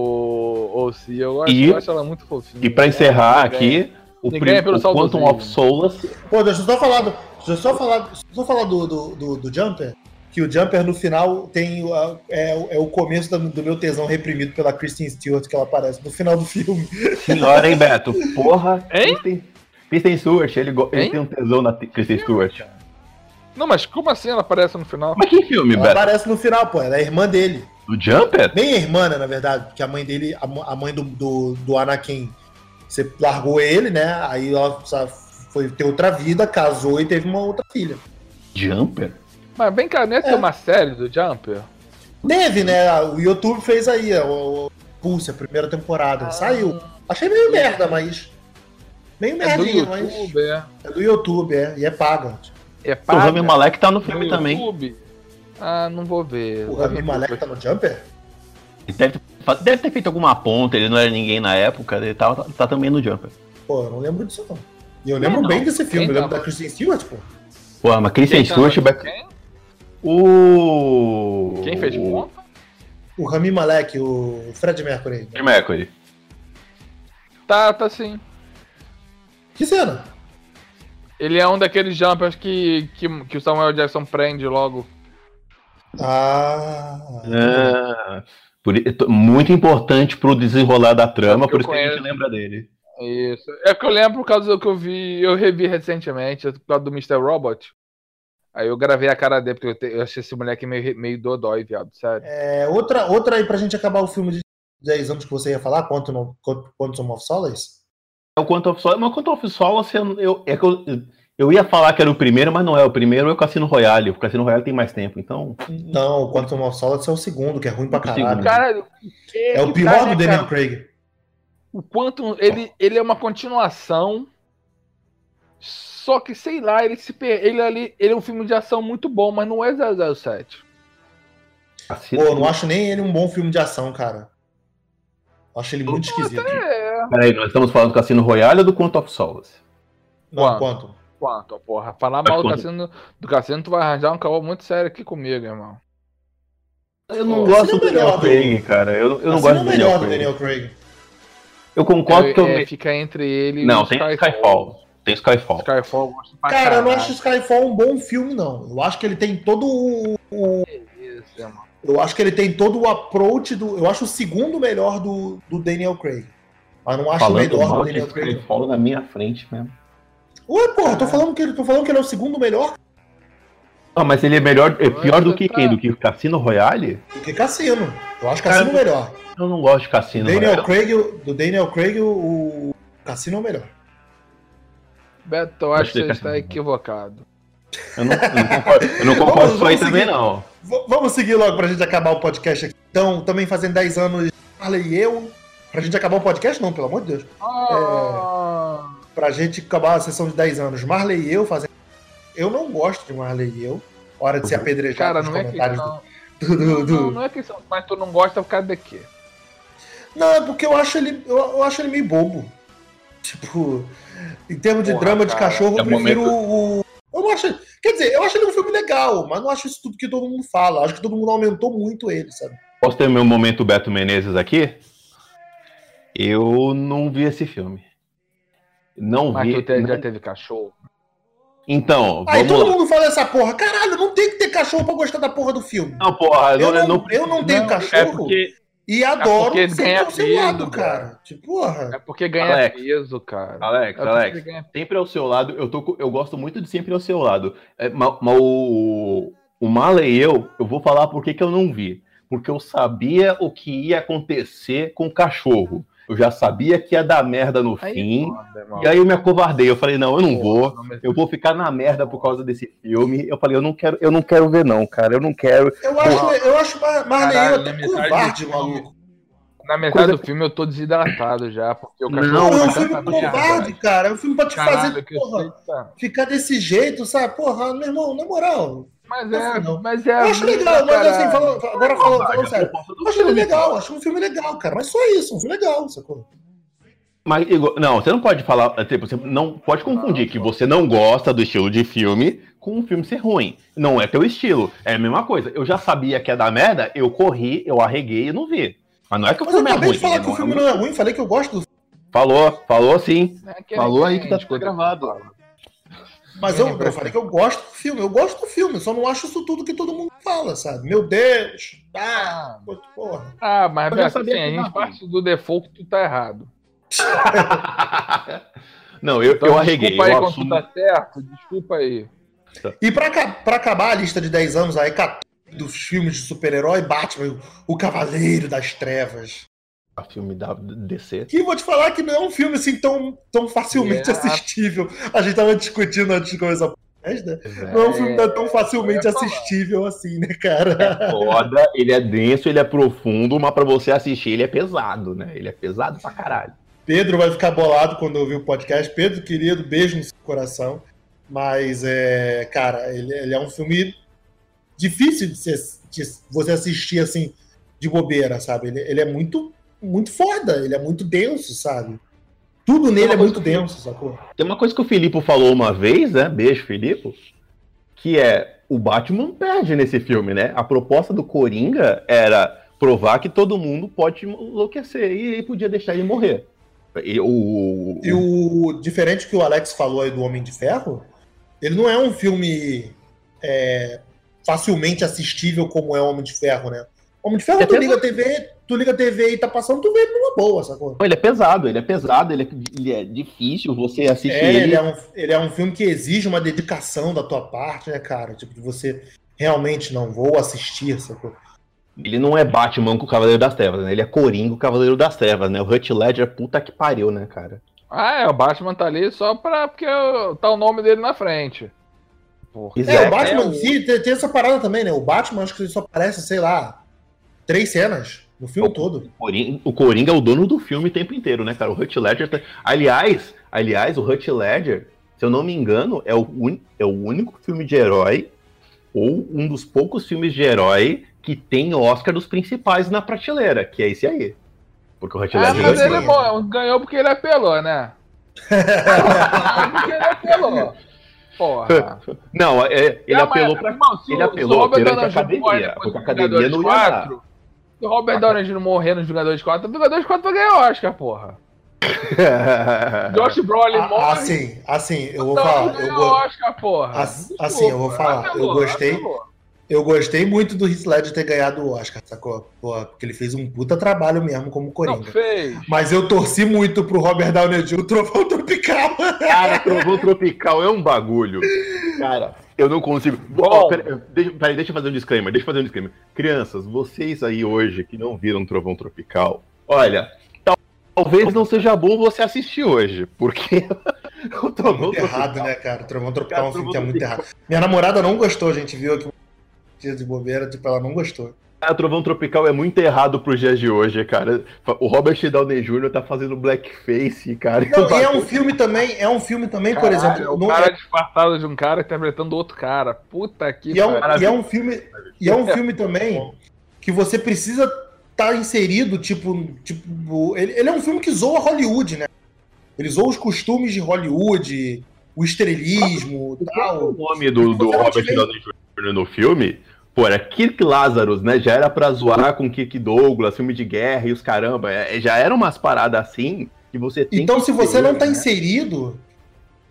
Speaker 3: OC. Eu gosto,
Speaker 1: E-
Speaker 3: eu acho ela muito fofinha. é
Speaker 1: E pra encerrar
Speaker 3: Ninguém.
Speaker 1: aqui, o,
Speaker 3: Ninguém
Speaker 1: prim-
Speaker 3: é pelo
Speaker 1: o
Speaker 3: saldo
Speaker 1: Quantum
Speaker 3: zero.
Speaker 1: of Solace.
Speaker 2: Pô, deixa eu só falar do. Deixa eu só falar, deixa eu só falar do, do, do, do Jumper. Que o Jumper no final tem. o- a- É, o- é o começo da- do meu tesão reprimido pela Kristen Stewart que ela aparece no final do filme.
Speaker 1: Senhora, hein, Beto? Porra.
Speaker 3: Hein?
Speaker 1: Kristen- Kristen Stewart, ele, go- ele
Speaker 3: Hein?
Speaker 1: tem um tesão na T- Kristen Stewart.
Speaker 3: Não, mas como assim ela aparece no final?
Speaker 1: Mas que filme,
Speaker 2: Ela
Speaker 1: Beto?
Speaker 2: aparece no final, pô. Ela é irmã dele.
Speaker 1: Do Jumper?
Speaker 2: Nem a irmã, né, na verdade, porque a mãe dele, a, mo- a mãe do, do, do Anakin, você largou ele, né? Aí ela sabe, foi ter outra vida, casou e teve uma outra filha.
Speaker 1: Jumper?
Speaker 3: Mas vem cá, não ia ter
Speaker 2: É.
Speaker 3: uma série do Jumper?
Speaker 2: Teve, né? O YouTube fez aí, ó, o, o Pulse, a primeira
Speaker 1: Ah.
Speaker 2: temporada. Saiu. Achei
Speaker 1: É.
Speaker 2: meio merda, mas. Meio
Speaker 3: É do
Speaker 2: merdinha, mas.
Speaker 3: YouTube, é.
Speaker 2: É do YouTube, é. E é paga.
Speaker 3: É
Speaker 1: O Rami
Speaker 3: paga
Speaker 1: Malek tá no
Speaker 3: no
Speaker 1: filme também.
Speaker 3: YouTube? Ah, não vou ver.
Speaker 2: O Rami Malek tá no Jumper?
Speaker 1: Ele Deve, ter fa- deve ter feito alguma ponta, ele não era ninguém na época, ele tá, tá- tá também no Jumper.
Speaker 2: Pô, eu não lembro disso, não. E eu lembro
Speaker 1: Não,
Speaker 2: bem desse filme.
Speaker 3: Quem
Speaker 2: Eu lembro
Speaker 3: tá?
Speaker 2: da Kristen Stewart, pô.
Speaker 1: Porra, mas Kristen
Speaker 3: Quem tá no-
Speaker 1: Stewart... Beto-
Speaker 3: Quem?
Speaker 1: O...
Speaker 3: Quem fez
Speaker 1: o...
Speaker 3: conta?
Speaker 2: O Rami Malek, o Fred Mercury.
Speaker 1: Freddie Mercury.
Speaker 3: Tá, tá sim.
Speaker 2: Que cena?
Speaker 3: Ele é um daqueles jumpers que, que, que o Samuel Jackson prende logo.
Speaker 2: Ah.
Speaker 1: Ah, por i- to- muito importante pro desenrolar da trama,
Speaker 3: Eu
Speaker 1: por isso que a gente
Speaker 3: conheço.
Speaker 1: lembra dele.
Speaker 3: Isso. É porque eu lembro por causa do que eu vi, eu revi recentemente, por causa do Mr. Robot. Aí eu gravei a cara dele, porque eu, te- eu achei esse moleque meio, re- meio dodói, viado, sério.
Speaker 2: É, outra, outra aí pra gente acabar o filme de 10 anos que você ia falar, Quantum, Quantum of Solace?
Speaker 1: É o Quantum of Solace, mas o Quantum of Solace eu, eu- é que eu, eu ia falar que era o primeiro, mas não é o primeiro, é o Cassino Royale. O Cassino Royale tem mais tempo, então.
Speaker 2: Não, o Quantum of Solace é o segundo, que é ruim pra
Speaker 1: O
Speaker 2: caralho.
Speaker 1: segundo.
Speaker 3: Caralho,
Speaker 2: É o
Speaker 3: que
Speaker 2: pior
Speaker 3: cara,
Speaker 2: do
Speaker 3: né,
Speaker 2: Daniel
Speaker 3: cara?
Speaker 2: Craig.
Speaker 3: O Quantum, ele, ele é uma continuação. Só que, sei lá, ele se per... ele ali, ele é um filme de ação muito bom, mas não é 007.
Speaker 1: Cassino,
Speaker 2: Pô, eu não acho nem ele um bom filme de ação, cara. Eu Acho ele muito esquisito.
Speaker 3: É,
Speaker 1: Peraí, nós estamos falando do Cassino Royale ou do assim? Quantum of Solace?
Speaker 2: Não, Quantum.
Speaker 3: Quanto, porra? Falar mal do
Speaker 1: quanto?
Speaker 3: cassino, do cassino, tu vai arranjar um caô muito sério aqui comigo, irmão.
Speaker 1: Eu não
Speaker 3: Pô,
Speaker 1: gosto
Speaker 2: Cassino
Speaker 1: do
Speaker 2: é
Speaker 1: Daniel
Speaker 2: melhor do-
Speaker 1: Craig, cara. Eu, eu não
Speaker 2: Assim,
Speaker 1: gosto
Speaker 2: é
Speaker 1: do
Speaker 2: o
Speaker 1: Daniel
Speaker 2: melhor do
Speaker 1: Craig.
Speaker 2: Daniel Craig.
Speaker 1: Eu concordo que eu.
Speaker 3: É,
Speaker 1: me-
Speaker 3: fica entre ele e
Speaker 1: Não,
Speaker 3: o
Speaker 1: tem Skyfall. Tem Skyfall.
Speaker 3: Skyfall eu gosto pra
Speaker 2: Cara, eu não
Speaker 3: caralho.
Speaker 2: acho Skyfall um bom filme, não. Eu acho que ele tem todo o.
Speaker 3: Isso, irmão.
Speaker 2: Eu acho que ele tem todo o approach do. Eu acho o segundo melhor do, do Daniel Craig. Mas não acho o
Speaker 1: Falando
Speaker 2: é melhor do
Speaker 1: mal de
Speaker 2: Daniel Craig. não.
Speaker 1: Skyfall na minha frente mesmo.
Speaker 2: Ué, porra, tô falando que ele, tô falando que ele é o segundo melhor
Speaker 1: Não, mas ele é melhor, é
Speaker 3: Eu
Speaker 1: pior
Speaker 3: acho
Speaker 1: do
Speaker 3: que
Speaker 1: que
Speaker 3: tá.
Speaker 1: quem? Do que o Cassino Royale?
Speaker 2: do que Cassino. Eu acho Cassino o melhor.
Speaker 1: Eu não gosto de Cassino
Speaker 2: Daniel
Speaker 1: Royale.
Speaker 2: Craig, o- do Daniel Craig, o, o Cassino é o melhor.
Speaker 3: Beto, eu acho que
Speaker 1: Gostei
Speaker 3: você
Speaker 1: do
Speaker 3: está
Speaker 1: Cassino.
Speaker 3: equivocado.
Speaker 1: Eu não, eu não concordo, eu não concordo
Speaker 2: Vamos-
Speaker 1: com isso aí
Speaker 2: vamos
Speaker 1: também,
Speaker 2: seguir.
Speaker 1: não.
Speaker 2: V- vamos seguir logo pra gente acabar o podcast aqui. Então, também fazendo 10 anos, Marley e eu. Pra gente acabar o podcast? Não, pelo amor de Deus.
Speaker 3: Ah,
Speaker 2: Pra gente acabar a sessão de 10 anos, Marley e eu fazendo. Eu não gosto de Marley e eu. Hora de ser apedrejado
Speaker 3: Cara,
Speaker 2: nos
Speaker 3: não é
Speaker 2: comentários
Speaker 3: questão.
Speaker 2: do, do, do-
Speaker 3: Não, não é questão. Mas tu não gosta por causa de quê?
Speaker 2: Não, é porque eu acho ele. Eu, eu acho ele meio bobo. Tipo, em termos de
Speaker 3: Porra,
Speaker 2: drama de
Speaker 3: cara,
Speaker 2: cachorro,
Speaker 1: é
Speaker 2: eu prefiro
Speaker 1: momento-
Speaker 2: o, Eu não acho. Quer dizer, eu acho ele um filme legal, mas não acho isso tudo que todo mundo fala. Acho que todo mundo aumentou muito ele, sabe?
Speaker 1: Posso ter meu momento Beto Menezes aqui? Eu não vi esse filme. Não
Speaker 3: Mas
Speaker 1: vi.
Speaker 3: tu te- já
Speaker 1: não-
Speaker 3: teve cachorro.
Speaker 1: Então,
Speaker 2: Aí
Speaker 1: vamos
Speaker 2: todo
Speaker 1: lá.
Speaker 2: mundo fala essa porra. Caralho, não tem que ter cachorro pra gostar da porra do filme.
Speaker 1: Não, porra,
Speaker 2: Eu não,
Speaker 1: não-
Speaker 2: eu não tenho
Speaker 1: não,
Speaker 2: cachorro
Speaker 3: É porque,
Speaker 2: e adoro
Speaker 3: porque
Speaker 2: ser
Speaker 3: ganha
Speaker 2: cancelado,
Speaker 3: peso,
Speaker 2: cara. Tipo, porra.
Speaker 3: é porque ganha
Speaker 1: Alex.
Speaker 3: peso, cara.
Speaker 1: Alex,
Speaker 3: É porque
Speaker 1: Alex.
Speaker 3: ganha-
Speaker 1: sempre ao seu lado. Eu, tô, co- eu gosto muito de sempre ao seu lado. É, ma- ma- o, o Mala e eu, eu vou falar por que que eu não vi. Porque eu sabia o que ia acontecer com o cachorro. Eu já sabia que ia dar merda no
Speaker 3: Aí,
Speaker 1: fim.
Speaker 3: foda, irmão.
Speaker 1: E aí eu me acovardei. Eu falei, não, eu não vou.
Speaker 3: Não me-
Speaker 1: Eu vou ficar na merda por causa desse filme. Eu falei, eu não quero, eu não quero ver, não, cara. Eu não quero.
Speaker 2: Eu acho, eu acho Mar- Marley
Speaker 3: Caralho,
Speaker 2: até
Speaker 3: na metade
Speaker 2: covarde,
Speaker 3: do filme.
Speaker 2: maluco.
Speaker 3: Na metade
Speaker 1: Coisa-
Speaker 3: do filme eu tô desidratado já, porque o cachorro.
Speaker 1: Não,
Speaker 2: Não, é um
Speaker 3: tá
Speaker 2: filme
Speaker 3: tanta
Speaker 2: covarde,
Speaker 3: merda.
Speaker 2: cara. É um filme pra te fazer,
Speaker 3: Caralho, que eu
Speaker 2: porra,
Speaker 3: sei, tá.
Speaker 2: ficar desse jeito, sabe? Porra, meu irmão, na moral.
Speaker 3: Mas
Speaker 2: Assim,
Speaker 3: é,
Speaker 2: não.
Speaker 3: mas é.
Speaker 2: Eu
Speaker 3: a
Speaker 2: acho
Speaker 3: vida,
Speaker 2: legal, mas assim,
Speaker 3: caralho.
Speaker 2: falando- agora falando, falando sério. Eu acho ele legal, acho um filme legal, cara. Mas só isso, um filme legal, sacou?
Speaker 1: Mas, Igor, não, você não pode falar. é, Tipo, você não pode confundir que você não gosta do estilo de filme com um filme ser ruim. Não é teu estilo. É a mesma coisa. Eu já sabia que ia dar merda, eu corri, eu arreguei e não vi. Mas não é que o
Speaker 2: Mas eu
Speaker 1: filme é
Speaker 2: acabei
Speaker 1: ruim.
Speaker 2: de falar que
Speaker 1: não
Speaker 2: o
Speaker 1: é
Speaker 2: filme
Speaker 1: ruim.
Speaker 2: não é ruim, falei que eu gosto do filme.
Speaker 1: Falou, falou sim.
Speaker 3: É que
Speaker 1: Falou
Speaker 3: é
Speaker 1: aí que tá
Speaker 3: diferente quando
Speaker 1: gravado.
Speaker 3: eu falo.
Speaker 2: Mas eu, eu falei que eu gosto do filme, eu gosto do filme, só não acho isso tudo que todo mundo fala, sabe? Meu Deus, ah, porra.
Speaker 3: Ah, mas
Speaker 1: Eu já
Speaker 3: Beto,
Speaker 1: sabia
Speaker 3: assim,
Speaker 1: que
Speaker 3: a
Speaker 1: tava
Speaker 3: gente
Speaker 1: ruim.
Speaker 3: parte do default que tu tá errado.
Speaker 1: Não, eu,
Speaker 3: Então,
Speaker 1: eu arreguei.
Speaker 3: Desculpa aí
Speaker 1: Eu
Speaker 3: quando tu
Speaker 1: assumo.
Speaker 3: tá certo, desculpa aí.
Speaker 2: E pra, ca- pra acabar a lista de 10 anos, aí 14 dos filmes de super-herói, Batman, o Cavaleiro das Trevas.
Speaker 3: tá-
Speaker 1: Filme da DC.
Speaker 2: Que vou te falar que não é um filme assim tão, tão facilmente
Speaker 3: É.
Speaker 2: assistível. A gente tava discutindo antes de começar o podcast, né? Não é um filme
Speaker 3: É,
Speaker 2: tão facilmente
Speaker 3: eu ia falar. É.
Speaker 2: assistível assim, né, cara?
Speaker 1: Foda, ele é denso, ele é profundo, mas pra você assistir ele é pesado, né? Ele é pesado pra caralho.
Speaker 2: Pedro vai ficar bolado quando ouvir o podcast. Pedro, querido, beijo no seu coração. Mas, é, cara, ele, ele é um filme difícil de, se- de você assistir assim, de bobeira, sabe? Ele, ele é muito, muito foda, ele é muito denso, sabe? Tudo nele é muito denso, sacou?
Speaker 1: Tem uma coisa que o Filipe falou uma vez, né? Beijo, Filipe. Que é o Batman perde nesse filme, né? A proposta do Coringa era provar que todo mundo pode enlouquecer e ele podia deixar ele morrer. E o.
Speaker 2: E o diferente que o Alex falou aí do Homem de Ferro, ele não é um filme é, facilmente assistível como é o Homem de Ferro, né? Homem de Ferro,
Speaker 1: É
Speaker 2: tu liga a TV, tu liga a TV e tá passando, tu vê numa boa, sacou?
Speaker 1: Ele é pesado, ele é pesado, ele é, ele é difícil você assistir
Speaker 2: É, ele
Speaker 1: ele.
Speaker 2: é, um, ele é um filme que exige uma dedicação da tua parte, né, cara? Tipo, de você realmente não vou assistir, sacou?
Speaker 1: Ele não é Batman com o Cavaleiro das Trevas, né? Ele é Coringa com o Cavaleiro das Trevas, né? O Hut Ledger, puta que pariu, né, cara?
Speaker 3: Ah, é, o Batman tá ali só pra, porque eu- tá o nome dele na frente. Porra.
Speaker 1: Isso
Speaker 2: É,
Speaker 1: é,
Speaker 2: o Batman
Speaker 3: é,
Speaker 2: em si tem, tem essa parada também, né? O Batman acho que ele só aparece, sei lá, três cenas no filme
Speaker 1: Eu-
Speaker 2: todo.
Speaker 1: Corin- o Coringa é o dono do filme o tempo inteiro, né, cara? O Hut Ledger. tá- Aliás, aliás, o Hut Ledger, se eu não me engano, é o, un- é o único filme de herói, ou um dos poucos filmes de herói, que tem Oscar dos principais na prateleira, que é esse aí. Porque o Hut
Speaker 3: Ah,
Speaker 1: Ledger
Speaker 3: mas ele
Speaker 1: ganhou.
Speaker 3: é bom, ganhou porque ele apelou, né? Ganhou porque ele apelou. Porra.
Speaker 1: Não, é- ele apelou pra. ele apelou perante a academia, porque a academia não ia dar.
Speaker 3: Se o Robert Downey Jr. morrer no Vingadores 4, o Vingadores 4 vai ganhar Oscar, porra.
Speaker 1: É.
Speaker 3: Josh Brolin
Speaker 2: Ah,
Speaker 3: morre,
Speaker 2: assim, assim, eu vou
Speaker 3: Downey
Speaker 2: falar.
Speaker 3: ganha
Speaker 2: Eu vou...
Speaker 3: Oscar, porra. tá
Speaker 2: Assim, assim, eu vou
Speaker 3: Desculpa,
Speaker 2: falar, eu
Speaker 3: apelou,
Speaker 2: gostei.
Speaker 3: apelou.
Speaker 2: Eu gostei muito do Heath Ledger ter ganhado o Oscar, sacou? Pô, porque ele fez um puta trabalho mesmo como
Speaker 3: Não
Speaker 2: Coringa.
Speaker 3: fez.
Speaker 2: Mas eu torci muito pro Robert Downey Jr. o Trovão Tropical.
Speaker 1: Cara, trovão tropical é um bagulho. Cara, eu não consigo. Ó, pera- deixa- peraí, deixa eu fazer um disclaimer. Deixa eu fazer um disclaimer. Crianças, vocês aí hoje que não viram trovão tropical, olha, tal- talvez não seja bom você assistir hoje, porque o trovão
Speaker 2: muito
Speaker 1: tropical.
Speaker 2: errado, né, cara? O Trovão Tropical é um
Speaker 1: Cara,
Speaker 2: filme
Speaker 1: Trovão
Speaker 2: que é muito
Speaker 1: Tropical.
Speaker 2: errado. Minha namorada não gostou, a gente viu aqui um dia de bobeira, tipo, ela não gostou.
Speaker 1: Cara, o trovão tropical é muito errado pros dias de hoje, cara. O Robert Downey Jr. tá fazendo blackface, cara.
Speaker 2: Não, e é um filme também, é um filme também, por
Speaker 3: Caralho, é
Speaker 2: exemplo,
Speaker 3: um
Speaker 2: não-
Speaker 3: cara disfarçado de um cara interpretando outro cara. Puta que
Speaker 2: E é, um,
Speaker 3: pariu.
Speaker 2: e é um filme, e é um filme também que você precisa estar inserido, tipo, tipo ele, ele é um filme que zoa Hollywood, né? Ele zoa os costumes de Hollywood, o estrelismo e
Speaker 1: O
Speaker 2: tal.
Speaker 1: nome do, do
Speaker 2: Você não
Speaker 1: Robert
Speaker 2: fez.
Speaker 1: Downey Jr. no filme, pô, era Kirk Lazarus, né? Já era pra zoar com Kirk Douglas, filme de guerra e os caramba. É, já eram umas paradas assim que você tem
Speaker 2: Então,
Speaker 1: que
Speaker 2: se você
Speaker 1: ter,
Speaker 2: não tá
Speaker 1: né?
Speaker 2: inserido,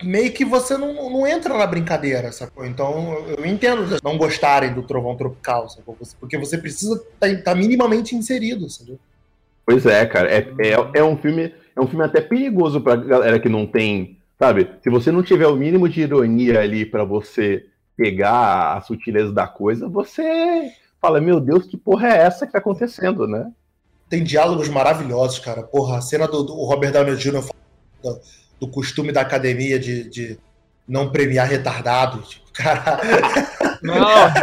Speaker 2: meio que você não, não entra na brincadeira, sacou? Então, eu- eu entendo vocês não gostarem do Trovão Tropical, sacou? Porque você precisa estar minimamente inserido, sacou?
Speaker 1: Pois é, cara. É,
Speaker 2: Hum.
Speaker 1: é, é um filme, é um filme até perigoso pra galera que não tem, sabe? Se você não tiver o mínimo de ironia ali pra você pegar a sutileza da coisa, você fala, meu Deus, que porra é essa que tá acontecendo, né?
Speaker 2: Tem diálogos maravilhosos, cara. Porra, a cena do, do Robert Downey Jr. falando do, do costume da academia de, de não premiar retardado. Tipo, cara,
Speaker 3: Não,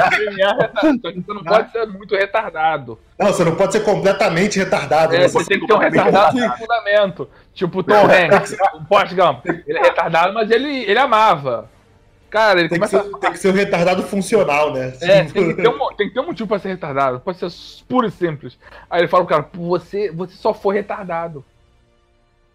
Speaker 3: premiar retardado. Só que você não pode ser muito retardado.
Speaker 2: não, você não pode ser completamente retardado. né?
Speaker 3: É,
Speaker 2: você
Speaker 3: você tem que ter um retardado com fundamento. Tipo o Tom Hanks, o Forrest Gump. Ele é retardado, mas ele, ele amava. Cara, ele
Speaker 2: tem, que
Speaker 3: começa
Speaker 2: ser, tem que ser um retardado funcional, né?
Speaker 3: É, tem que, ter um, tem que ter um motivo pra ser retardado. Pode ser puro e simples. Aí ele fala pro cara, "Pô, você, você só foi retardado.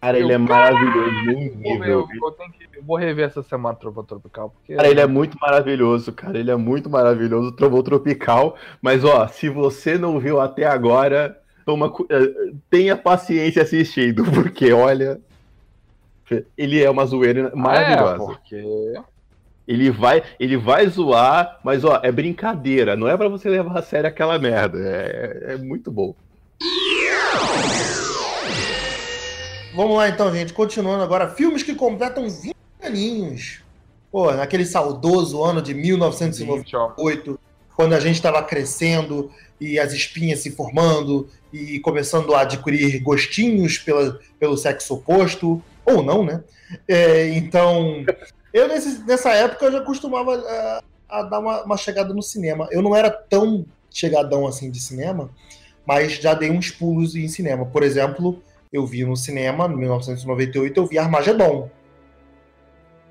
Speaker 1: Cara, ele é maravilhoso, nem
Speaker 3: Pô, meu,
Speaker 1: nível.
Speaker 3: eu, tenho que, eu vou rever essa semana Trovão Tropical. Porque...
Speaker 1: Cara, ele é muito maravilhoso, cara. Ele é muito maravilhoso, Trovão Tropical. Mas, ó, se você não viu até agora, toma, cu- eh, tenha paciência assistindo, porque, olha, ele é uma
Speaker 2: Ah,
Speaker 1: zoeira
Speaker 3: É,
Speaker 1: maravilhosa.
Speaker 3: porque...
Speaker 1: ele, vai, ele vai zoar, mas, ó, é brincadeira. Não é pra você levar a sério aquela merda. É, é muito bom.
Speaker 2: Vamos lá então, gente. Continuando agora. Filmes que completam 20 aninhos. Pô, naquele saudoso ano de 1998,
Speaker 3: Gente, ó,
Speaker 2: quando a gente estava crescendo e as espinhas se formando e começando a adquirir gostinhos pela, pelo sexo oposto. Ou não, né? É, então, eu nesse- nessa época eu já costumava ah, a dar uma, uma chegada no cinema. Eu não era tão chegadão assim de cinema, mas já dei uns pulos em cinema. Por exemplo, eu vi no cinema, em 1998, eu vi Armagedon.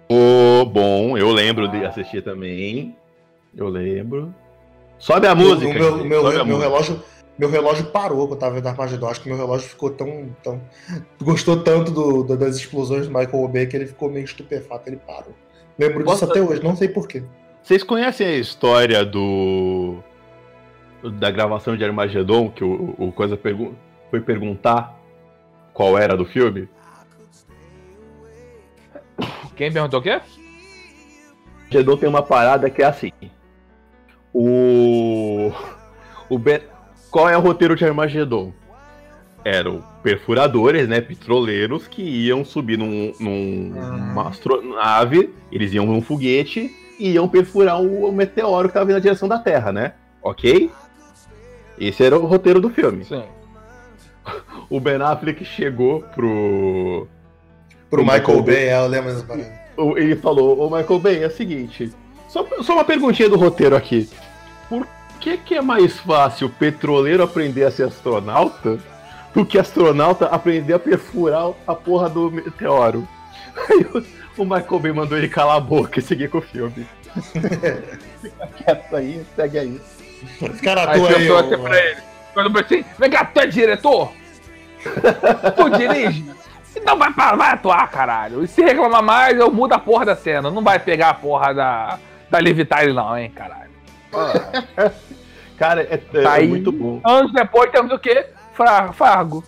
Speaker 1: Ô, bom, eu lembro de assistir também. Eu lembro. Sobe a música.
Speaker 2: O meu,
Speaker 1: gente,
Speaker 2: meu-
Speaker 1: sobe a
Speaker 2: meu
Speaker 1: música.
Speaker 2: relógio, meu relógio parou quando eu tava vendo Armagedon. Acho que meu relógio ficou tão. tão gostou tanto do- do- das explosões do Michael Bay que ele ficou meio estupefato, ele parou. Lembro disso
Speaker 1: Gosta-
Speaker 2: até hoje, não sei porquê.
Speaker 1: Vocês conhecem a história do. da gravação de Armagedon, que o, o Coisa pergun- foi perguntar qual era do filme?
Speaker 3: quem perguntou o quê?
Speaker 1: Armagedon tem uma parada que é assim. O. o Ben- Qual é o roteiro de Armagedon? Eram perfuradores, né? Petroleiros que iam subir num, num- numa astronave, eles iam num foguete e iam perfurar o, o meteoro que estava vindo na direção da Terra, né? Ok? Esse era o roteiro do filme.
Speaker 3: Sim.
Speaker 1: O Ben Affleck chegou pro.
Speaker 2: Pro
Speaker 1: O
Speaker 2: Michael,
Speaker 1: Michael
Speaker 2: Bay,
Speaker 1: Bay.
Speaker 2: é, eu lembro dessa parada.
Speaker 1: o- Ele falou: Ô Michael Bay, é o seguinte. Só, só uma perguntinha do roteiro aqui. Por que, que é mais fácil o petroleiro aprender a ser astronauta do que astronauta aprender a perfurar a porra do meteoro? Aí o, o Michael Bay mandou ele calar a boca e seguir com o filme. Fica quieto aí, segue aí.
Speaker 2: Cara,
Speaker 3: Aí
Speaker 2: atua aí,
Speaker 3: perguntou
Speaker 2: ô-
Speaker 3: até pra ele. Quando eu pensei, vem cá, tu é diretor? tu dirige? Então vai, pra- vai atuar, caralho. E se reclamar mais, eu mudo a porra da cena. Não vai pegar a porra da, da Levitile, não, hein, caralho.
Speaker 1: Cara, é, é
Speaker 3: Tá aí.
Speaker 1: muito bom.
Speaker 3: Anos depois temos o quê? Fra- Fargo.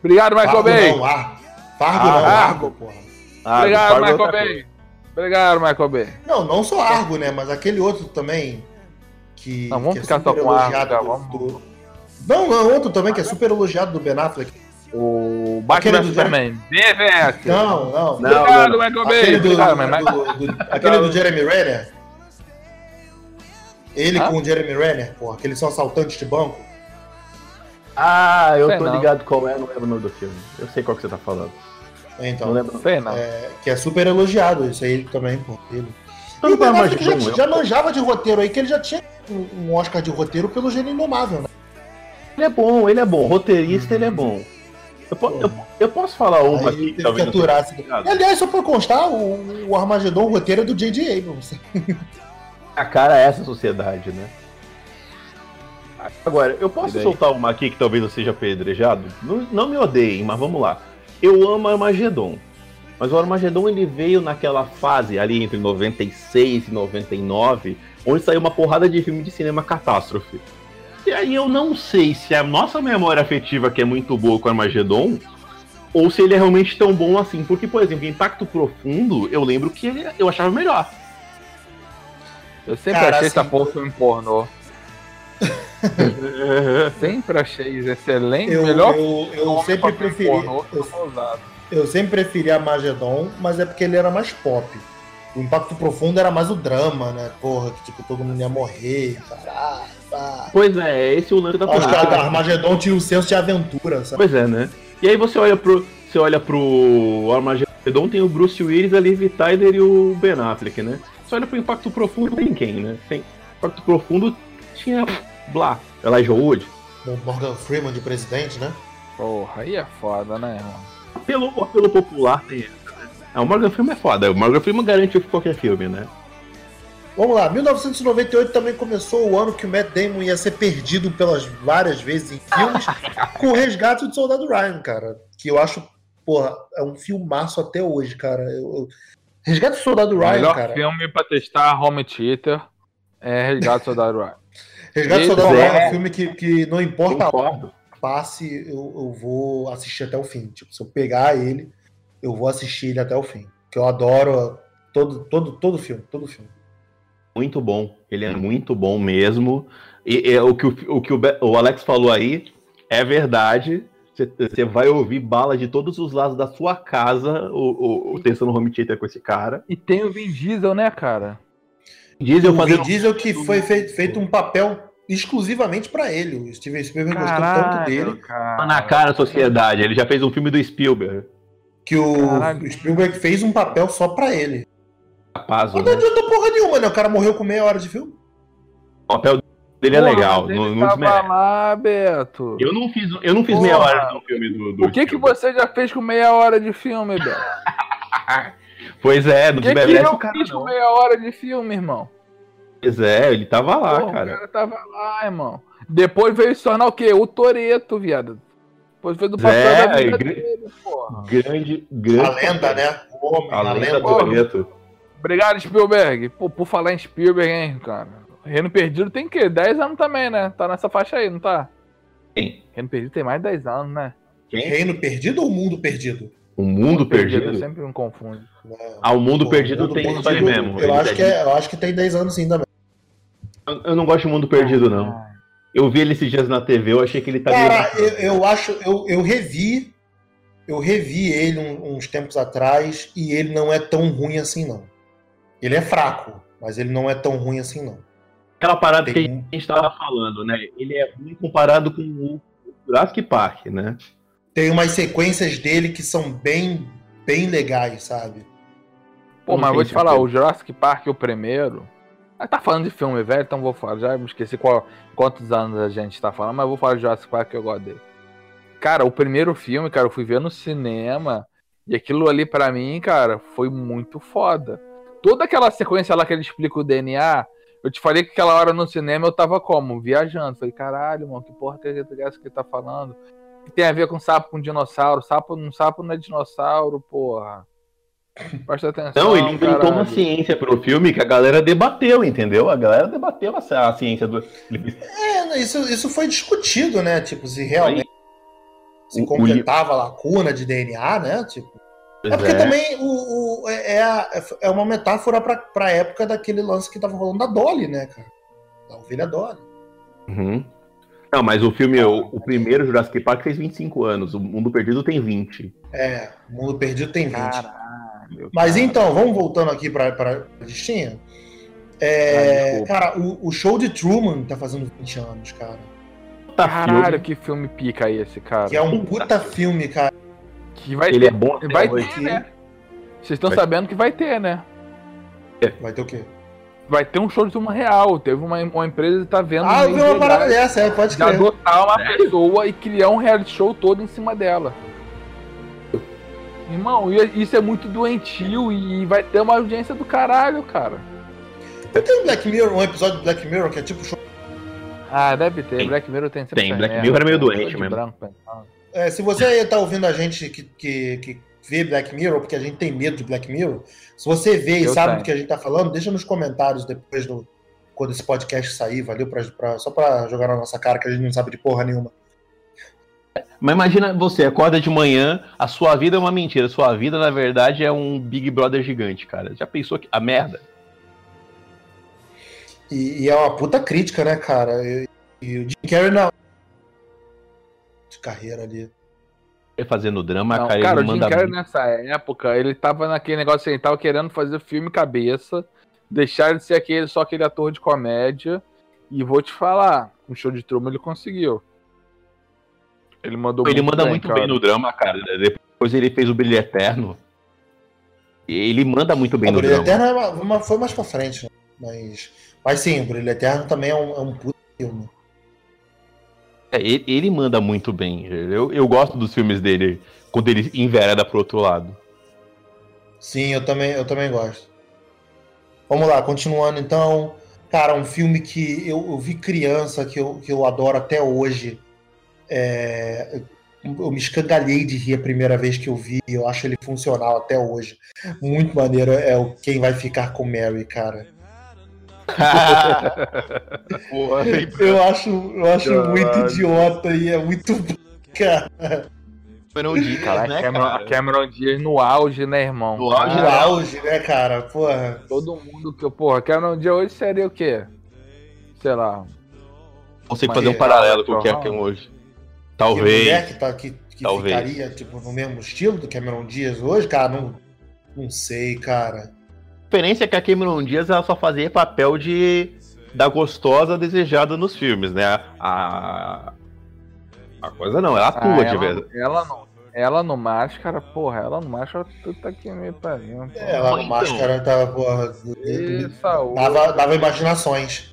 Speaker 3: Obrigado, Michael
Speaker 2: Fargo
Speaker 3: Bay.
Speaker 2: não, Ar- Fargo
Speaker 1: Ah,
Speaker 2: não,
Speaker 3: Argo.
Speaker 2: Argo, porra.
Speaker 1: Ah,
Speaker 3: Obrigado,
Speaker 1: Fargo é outra
Speaker 3: Michael Bay. Obrigado, Michael Bay.
Speaker 2: Não, não só Argo, né? Mas aquele outro também. Que,
Speaker 3: Não, vamos
Speaker 2: que é
Speaker 3: ficar só
Speaker 2: super
Speaker 3: com Argo,
Speaker 2: elogiado
Speaker 3: tá?
Speaker 2: do-
Speaker 3: Vamos-
Speaker 2: do- Não, não, outro também que é super elogiado do Ben Affleck.
Speaker 3: O Batman
Speaker 2: Aquele
Speaker 3: vs
Speaker 2: do
Speaker 3: Superman. BVS.
Speaker 2: Não, não.
Speaker 1: Não,
Speaker 3: Obrigado, Michael Bay.
Speaker 2: Aquele do,
Speaker 3: Obrigado,
Speaker 2: do-
Speaker 3: mas-
Speaker 2: do- do- aquele do Jeremy Renner. Ele
Speaker 3: Hã?
Speaker 2: com o Jeremy Renner, porra, que eles são assaltantes de banco.
Speaker 1: Ah, eu
Speaker 3: Sei
Speaker 1: tô
Speaker 3: não.
Speaker 1: ligado qual é, não lembro o nome do filme. Eu sei qual que você tá falando.
Speaker 2: É,
Speaker 1: Não
Speaker 2: Então,
Speaker 1: lembro.
Speaker 3: Sei não.
Speaker 2: é, que é super elogiado, isso aí também, porra. Ele. E
Speaker 1: Não é um
Speaker 2: o Ben Affleck já,
Speaker 1: imagino, eu-
Speaker 2: já manjava de roteiro aí, que ele já tinha um um Oscar de roteiro pelo Gênio Indomável, né?
Speaker 1: Ele é bom, ele é bom. Roteirista, ele é bom. Eu, po- eu, eu posso falar uma
Speaker 2: Aí
Speaker 1: aqui,
Speaker 2: teve que
Speaker 1: talvez não tá
Speaker 2: aturar.
Speaker 1: tenha
Speaker 2: esse-
Speaker 1: ligado?
Speaker 2: E, aliás, só pra constar, o, o Armagedon, o roteiro é do J.J. Abrams.
Speaker 1: A cara é essa sociedade, né? Agora, eu posso soltar uma aqui que talvez eu seja apedrejado? Não, não me odeiem, mas vamos lá. Eu amo Armagedon. Mas o Armagedon ele veio naquela fase ali entre 96 e 99, onde saiu uma porrada de filme de cinema catástrofe. E aí eu não sei se a nossa memória afetiva que é muito boa com o Armagedon ou se ele é realmente tão bom assim, porque por exemplo, Impacto Profundo, eu lembro que ele- eu achava melhor.
Speaker 3: Eu sempre
Speaker 2: Cara,
Speaker 3: achei
Speaker 2: assim-
Speaker 3: essa porra filme pornô. sempre achei isso excelente.
Speaker 2: Eu,
Speaker 3: melhor
Speaker 2: eu, eu
Speaker 3: filme
Speaker 2: sempre
Speaker 3: pra filme
Speaker 2: preferi.
Speaker 3: pornô que
Speaker 2: eu-
Speaker 3: eu sou usado.
Speaker 2: Eu sempre preferi a Magedon, mas é porque ele era mais pop. O impacto profundo era mais o drama, né? Porra, que tipo, todo mundo ia morrer, caralho. pá.
Speaker 1: Pois é, esse é o lance da
Speaker 2: Acho que
Speaker 1: parada.
Speaker 2: a Armagedon tinha um senso de aventura, sabe?
Speaker 1: Pois é, né? E aí você olha pro. Você olha pro Armagedon, tem o Bruce Willis, a Liv Tyler e o Ben Affleck, né? Você olha pro Impacto Profundo, tem quem, né? Tem Impacto Profundo tinha Blá, Elijah Wood.
Speaker 2: O Morgan Freeman de presidente, né?
Speaker 3: Porra, aí é foda, né, irmão?
Speaker 1: Pelo apelo popular tem essa, né? Ah, o Morgan Freeman é foda. O Morgan Freeman garante qualquer filme, né?
Speaker 2: Vamos lá, 1998 também começou o ano que o Matt Damon ia ser perdido pelas várias vezes em filmes com o resgate do Soldado Ryan, cara. Que eu acho, porra, é um filmaço até hoje, cara. Eu- eu- Resgate do Soldado Ryan,
Speaker 3: melhor
Speaker 2: cara.
Speaker 3: filme pra testar Home Theater é Resgate do Soldado Ryan.
Speaker 2: Resgate do Soldado
Speaker 3: Pois
Speaker 2: Ryan
Speaker 3: é.
Speaker 2: é um filme que, que não importa a
Speaker 1: Concordo.
Speaker 2: passe, eu, eu vou assistir até o fim. Tipo, se eu pegar ele, eu vou assistir ele até o fim. Que eu adoro todo, todo, todo filme, todo filme.
Speaker 1: Muito bom. Ele é muito bom mesmo. E, e o que, o, o, que o, Be- o Alex falou aí é verdade. Você vai ouvir bala de todos os lados da sua casa, o, o, o Tensão no Home Theater com esse cara.
Speaker 3: E tem o Vin Diesel, né, cara?
Speaker 1: Diesel
Speaker 2: o Vin
Speaker 1: fazendo.
Speaker 2: Diesel que foi feito, feito um papel exclusivamente pra ele. O Steven Spielberg gostou tanto dele
Speaker 3: cara.
Speaker 1: Tá na cara a sociedade. Ele já fez um filme do Spielberg.
Speaker 2: que o
Speaker 3: Caralho.
Speaker 2: o Spielberg fez um papel só pra ele.
Speaker 1: Capaz,
Speaker 2: Mas não
Speaker 1: né?
Speaker 2: adianta porra nenhuma, né? O cara morreu com meia hora de filme.
Speaker 1: O papel dele é
Speaker 3: Porra,
Speaker 1: legal.
Speaker 3: mas ele
Speaker 1: Não, não
Speaker 3: tava
Speaker 1: desmerece.
Speaker 3: lá, Beto.
Speaker 1: Eu não fiz, eu não fiz
Speaker 3: Porra.
Speaker 1: meia hora no filme do, do
Speaker 3: O que que
Speaker 1: Spielberg.
Speaker 3: você já fez com meia hora de filme, Beto?
Speaker 1: Pois é,
Speaker 3: O
Speaker 1: não
Speaker 3: que, que
Speaker 1: desmerece
Speaker 3: eu
Speaker 1: o cara.
Speaker 3: fiz com
Speaker 1: não.
Speaker 3: meia hora de filme, irmão?
Speaker 1: Pois é, ele tava lá,
Speaker 3: Porra,
Speaker 1: cara.
Speaker 3: O cara tava lá, irmão. Depois veio se tornar o quê? O Toreto, viado. Depois fez o papel
Speaker 1: Zé,
Speaker 3: da vida
Speaker 1: igre-
Speaker 3: dele, porra.
Speaker 1: Grande, grande.
Speaker 2: A lenda, né? O homem,
Speaker 1: A lenda do
Speaker 3: Porra.
Speaker 1: Toreto.
Speaker 3: Obrigado, Spielberg. Pô, por falar em Spielberg, hein, cara. Reino Perdido tem o quê? 10 anos também, né? Tá nessa faixa aí, não tá?
Speaker 1: Tem.
Speaker 3: Reino Perdido tem mais de 10 anos, né?
Speaker 2: Reino perdido ou mundo perdido? Né?
Speaker 1: O mundo perdido.
Speaker 3: Eu sempre me confundo.
Speaker 1: Ah, o mundo
Speaker 2: Pô,
Speaker 1: perdido
Speaker 2: assim. Mundo
Speaker 1: tem
Speaker 2: Perdido,
Speaker 1: isso aí mesmo.
Speaker 2: Eu
Speaker 1: Ele
Speaker 2: acho,
Speaker 1: é-
Speaker 2: que é- eu acho que tem 10 anos sim também.
Speaker 1: Eu- Eu não gosto do mundo perdido,
Speaker 3: É.
Speaker 1: não. Eu vi ele esses dias na TV, eu achei que ele tá
Speaker 2: Cara, eu, eu acho, eu, eu revi, eu revi ele um- uns tempos atrás e ele não é tão ruim assim não. Ele é fraco, mas ele não é tão ruim assim não.
Speaker 1: Aquela parada que a
Speaker 2: Tem um,
Speaker 1: gente tava falando, né? Ele é ruim comparado com o Jurassic Park, né?
Speaker 2: tem umas sequências dele que são bem, bem legais, sabe?
Speaker 3: Pô, mas
Speaker 1: Não
Speaker 3: vou
Speaker 1: tem
Speaker 3: te falar,
Speaker 1: sentido.
Speaker 3: o Jurassic Park, o primeiro. Ah, tá falando de filme velho, então vou falar. Já me esqueci qual, quantos anos a gente tá falando, mas vou falar de Jurassic Park que eu gosto dele. Cara, o primeiro filme, cara, eu fui ver no cinema. E aquilo ali pra mim, cara, foi muito foda. Toda aquela sequência lá que ele explica o DNA, eu te falei que aquela hora no cinema eu tava como? Viajando. Falei, caralho, mano, que porra que é essa que ele tá falando? Que tem a ver com sapo com dinossauro? Sapo, um sapo não é dinossauro, porra. Presta atenção.
Speaker 1: Não, Então, ele inventou uma
Speaker 3: caralho.
Speaker 1: ciência pro filme que a galera debateu, entendeu? A galera debateu essa a ciência do. ele-
Speaker 2: É, né, isso, isso foi discutido, né? Tipo, se realmente se
Speaker 1: O- o
Speaker 2: completava a lacuna de DNA, né? Tipo, É porque
Speaker 1: Pois é.
Speaker 2: também o, o- é, é a- é uma metáfora pra, pra época daquele lance que tava rolando da Dolly, né, cara? Da ovelha Dolly.
Speaker 1: Uhum. Não, mas o filme, o, o primeiro Jurassic Park fez 25 anos, o Mundo Perdido tem 20.
Speaker 2: É, o Mundo Perdido tem 20.
Speaker 3: Caralho.
Speaker 2: Mas
Speaker 3: cara.
Speaker 2: então, vamos voltando aqui pra, pra listinha.
Speaker 3: Ah,
Speaker 2: É,
Speaker 3: desculpa.
Speaker 2: cara, o, o show de Truman tá fazendo 20 anos, cara.
Speaker 1: Tá
Speaker 3: Caralho, que filme pica aí esse, cara.
Speaker 2: Que é um puta filme, cara.
Speaker 3: Que vai
Speaker 1: Ele é
Speaker 3: ter.
Speaker 1: bom até
Speaker 3: Vai
Speaker 1: hoje.
Speaker 3: ter, né? Vocês estão
Speaker 1: Vai-
Speaker 3: sabendo que vai ter, né?
Speaker 2: Vai ter o quê?
Speaker 3: Vai ter um show de uma real. Teve uma, uma empresa que tá vendo.
Speaker 2: Ah, eu vi uma
Speaker 3: meios
Speaker 2: parada
Speaker 3: legais
Speaker 2: dessa, é, pode
Speaker 3: de
Speaker 2: crer.
Speaker 3: adotar uma
Speaker 1: É.
Speaker 3: pessoa e criar um reality show todo em cima dela. Irmão, e- isso é muito doentio e vai ter uma audiência do caralho, cara.
Speaker 2: Não tem Black Mirror, um episódio de Black Mirror que é tipo show.
Speaker 3: Ah, deve ter.
Speaker 1: Tem.
Speaker 3: Black Mirror tem sempre
Speaker 1: Tem,
Speaker 3: essas
Speaker 1: Black
Speaker 3: merda,
Speaker 1: Mirror é meio
Speaker 3: cara.
Speaker 1: doente
Speaker 3: De
Speaker 1: mesmo.
Speaker 3: branco, pensando.
Speaker 2: É, se você aí tá ouvindo a gente que, que, que vê Black Mirror, porque a gente tem medo de Black Mirror, se você vê e
Speaker 3: Eu
Speaker 2: sabe
Speaker 3: tenho.
Speaker 2: do que a gente tá falando, deixa nos comentários depois do quando esse podcast sair, valeu pra, pra- só pra jogar na nossa cara que a gente não sabe de porra nenhuma.
Speaker 1: Mas imagina você, acorda de manhã, a sua vida é uma mentira. A sua vida, na verdade, é um Big Brother gigante, cara. Já pensou que. A merda?
Speaker 2: E, e é uma puta crítica, né, cara? E, e o Jim Carrey na de carreira ali.
Speaker 1: Ele Fazendo drama,
Speaker 3: Não,
Speaker 1: cara,
Speaker 3: cara,
Speaker 1: ele
Speaker 3: o Jim
Speaker 1: manda.
Speaker 3: Carrey nessa época, ele tava naquele negócio assim, ele tava querendo fazer filme cabeça, deixar de ser aquele, só aquele ator de comédia, e vou te falar, um show de truma ele conseguiu. Ele mandou
Speaker 1: Ele manda
Speaker 3: bem,
Speaker 1: muito
Speaker 3: é cara.
Speaker 1: bem no drama, cara. Depois ele fez o Brilho Eterno. Ele manda muito bem
Speaker 2: o
Speaker 1: no
Speaker 2: Brilho
Speaker 1: drama.
Speaker 2: Eterno é uma- uma- foi mais pra frente, né? mas, mas sim, o Brilho Eterno também é um, é um puta filme.
Speaker 1: É, ele, ele manda muito bem. Eu, eu gosto dos filmes dele quando ele envereda pro outro lado.
Speaker 2: Sim, eu também, eu também gosto. Vamos lá, continuando então. Cara, um filme que eu, eu vi criança, que eu, que eu adoro até hoje. É, eu, eu me escangalhei de rir a primeira vez que eu vi. Eu acho ele funcional até hoje. Muito maneiro é o Quem Vai Ficar com Mary, cara.
Speaker 1: Porra,
Speaker 2: Eu acho, eu acho
Speaker 3: Caralho.
Speaker 2: muito idiota e é muito. bom, Cara,
Speaker 1: Cameron Diaz,
Speaker 3: Caralho,
Speaker 1: né,
Speaker 3: Cameron,
Speaker 1: cara?
Speaker 3: Cameron Diaz no auge, né, irmão?
Speaker 1: No auge,
Speaker 2: no auge, né, cara? Porra.
Speaker 3: Todo mundo que, porra, Cameron Diaz hoje seria o quê? Sei lá.
Speaker 1: Consigo
Speaker 3: Mas- é,
Speaker 1: fazer um paralelo com o
Speaker 3: Porra.
Speaker 1: Cameron hoje.
Speaker 2: E a mulher
Speaker 1: Talvez.
Speaker 2: que, tá, que, que
Speaker 1: Talvez.
Speaker 2: ficaria tipo, no mesmo estilo do Cameron Diaz hoje, cara, não, não sei, cara.
Speaker 1: A diferença é que a Cameron Diaz ela só fazia papel de da gostosa desejada nos filmes, né? A, a coisa não, ela atua
Speaker 3: Ah,
Speaker 1: de
Speaker 3: ela,
Speaker 1: verdade.
Speaker 3: Ela não. Ela no máscara, porra, ela no máscara, tu tá aqui meio pra mim.
Speaker 2: É, Ela é
Speaker 1: Então.
Speaker 2: no máscara tava, porra, dava, dava imaginações.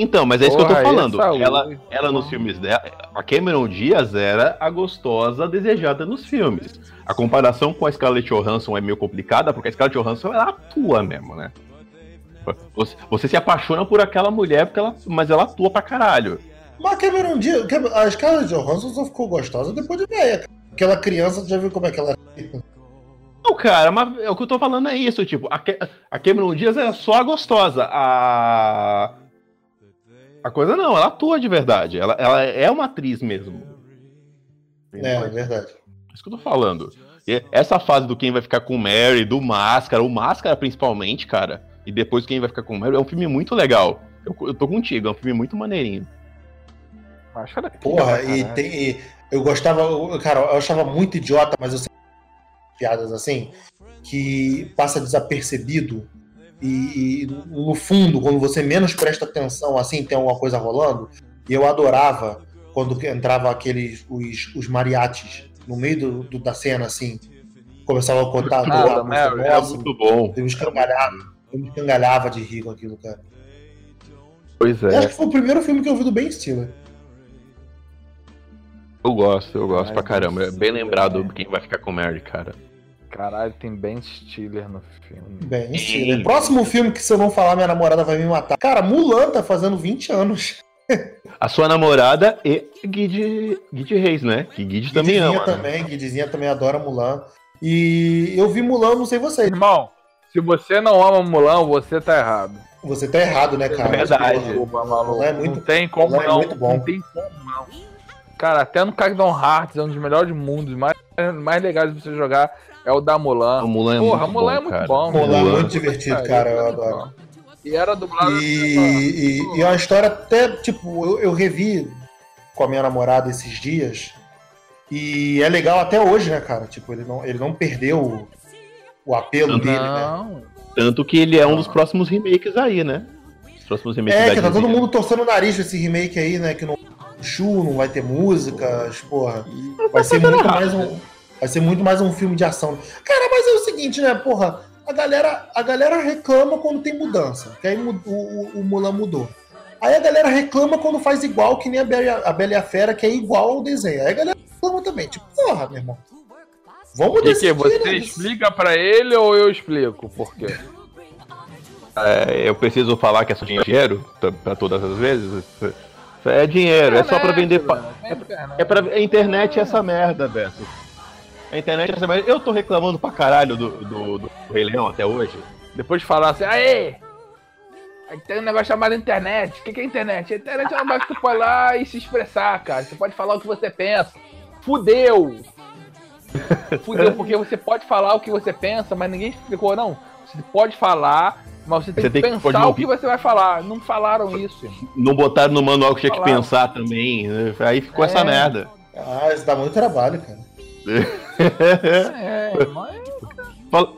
Speaker 1: Então, mas é isso que eu tô
Speaker 3: Porra, aí é
Speaker 1: falando.
Speaker 3: saúde.
Speaker 1: Ela, ela nos filmes dela, a Cameron Diaz era a gostosa desejada nos filmes. A comparação com a Scarlett Johansson é meio complicada, porque a Scarlett Johansson ela atua mesmo, né? Você, você se apaixona por aquela mulher, porque ela, mas ela atua pra caralho.
Speaker 2: Mas Cameron Diaz, Cam- a Scarlett Johansson só ficou gostosa depois de velha. cara. Aquela criança, já viu como é que ela...
Speaker 1: Não, cara, mas é o que eu tô falando é isso, tipo, a, Ca- a Cameron Diaz era só a gostosa. A. A coisa não, ela atua de verdade. Ela, ela é uma atriz mesmo.
Speaker 2: É, é verdade.
Speaker 1: É isso que eu tô falando. E essa fase do quem vai ficar com o Mary, do Máscara, o Máscara principalmente, cara, e depois quem vai ficar com o Mary, é um filme muito legal. Eu, eu tô contigo, é um filme muito maneirinho.
Speaker 3: Máscara que
Speaker 2: Porra,
Speaker 3: cara,
Speaker 2: e
Speaker 3: né?
Speaker 2: tem. e eu gostava. eu- Cara, eu achava muito idiota, mas eu sempre piadas assim, que passa desapercebido. E, e no fundo, quando você menos presta atenção, assim, tem alguma coisa rolando. E eu adorava quando entrava aqueles. os, os mariates no meio do, do- da cena, assim. Começava a contar.
Speaker 3: Ah,
Speaker 2: do-
Speaker 3: da Mary,
Speaker 1: É
Speaker 2: nossa,
Speaker 1: muito bom.
Speaker 2: eu me escangalhava. Eu me escangalhava de rir com aquilo, cara.
Speaker 1: Pois
Speaker 2: Eu acho
Speaker 1: é,
Speaker 2: que foi o primeiro filme que eu vi do Ben Stiller.
Speaker 1: eu gosto, eu gosto
Speaker 3: Ai,
Speaker 1: pra caramba. É bem
Speaker 3: Deus.
Speaker 1: lembrado do quem vai ficar com o Mary, cara.
Speaker 3: Caralho, tem Ben Stiller no filme.
Speaker 2: Bem,
Speaker 1: Sim.
Speaker 2: Stiller. Próximo filme que se eu não falar, minha namorada vai me matar. Cara, Mulan tá fazendo 20 anos.
Speaker 1: A sua namorada e Guide, Guide Reis, né? Que Guide também ama.
Speaker 2: Guidezinha
Speaker 1: né?
Speaker 2: também, Guidezinha também adora Mulan. E eu vi Mulan, não sei vocês.
Speaker 3: Irmão, se você não ama Mulan, você tá errado.
Speaker 2: Você tá errado, né, cara?
Speaker 1: É verdade.
Speaker 3: Desculpa, maluco.
Speaker 2: Mulan é muito-
Speaker 3: não tem como
Speaker 2: Mulan é
Speaker 3: não.
Speaker 2: muito bom.
Speaker 3: Não tem como não. Cara, até no Cardon Hearts, é um dos melhores mundos, mais, mais legais de você jogar, é o da Mulan.
Speaker 1: A Mulan é
Speaker 3: Porra,
Speaker 1: muito
Speaker 3: Mulan é
Speaker 1: bom,
Speaker 3: muito
Speaker 1: cara.
Speaker 3: bom,
Speaker 2: Mulan é
Speaker 1: Mulan.
Speaker 2: muito divertido, cara. Eu
Speaker 3: Caralho,
Speaker 2: adoro.
Speaker 3: é E era dublado. assim,
Speaker 2: E, e, e é uma história até, tipo, eu, eu revi com a minha namorada esses dias. E é legal até hoje, né, cara? Tipo, ele não, ele não perdeu o, o apelo
Speaker 1: Não.
Speaker 2: dele, né?
Speaker 3: Não.
Speaker 1: Tanto que ele é um dos próximos remakes aí, né? Os próximos remakes
Speaker 2: É,
Speaker 1: da
Speaker 2: que tá
Speaker 1: Disney,
Speaker 2: todo
Speaker 1: né?
Speaker 2: mundo torcendo o nariz pra esse remake aí, né? Que não chu, não vai ter músicas, porra. Vai ser muito mais um. Vai ser muito mais um filme de ação. Cara, mas é o seguinte, né, porra? A galera, a galera reclama quando tem mudança. Que aí mu- o, o, o Mulan mudou. Aí a galera reclama quando faz igual, que nem a Bela, e a- a Bela e a Fera, que é igual ao desenho. Aí a galera reclama também. Tipo, porra, meu irmão. Vamos
Speaker 3: E que,
Speaker 2: decidir,
Speaker 3: você
Speaker 2: né?
Speaker 3: explica pra ele ou eu explico? Por quê?
Speaker 1: É, eu preciso falar que é só dinheiro t- pra todas as vezes? Isso É dinheiro, é só pra é vender. pa-
Speaker 3: É,
Speaker 1: É pra... A internet é essa merda, Beto. A internet essa semana. Eu tô reclamando pra caralho do, do, do Rei Leão até hoje.
Speaker 3: Depois de falar assim, aê! Aí tem um negócio chamado internet. O que, que é internet? A internet é um negócio que tu pode lá e se expressar, cara. Você pode falar o que você pensa. Fudeu! Fudeu, porque você pode falar o que você pensa, mas ninguém explicou, não. Você pode falar, mas você tem
Speaker 1: Você
Speaker 3: que
Speaker 1: tem que- pode
Speaker 3: pensar
Speaker 1: não
Speaker 3: o
Speaker 1: ouvir.
Speaker 3: que você vai falar. Não falaram isso, irmão.
Speaker 1: Não botaram no manual que tinha que
Speaker 3: Falaram.
Speaker 1: pensar também. né? Aí ficou
Speaker 3: É.
Speaker 1: essa merda.
Speaker 2: Ah, isso dá muito trabalho, cara.
Speaker 3: É, mas
Speaker 1: Fal-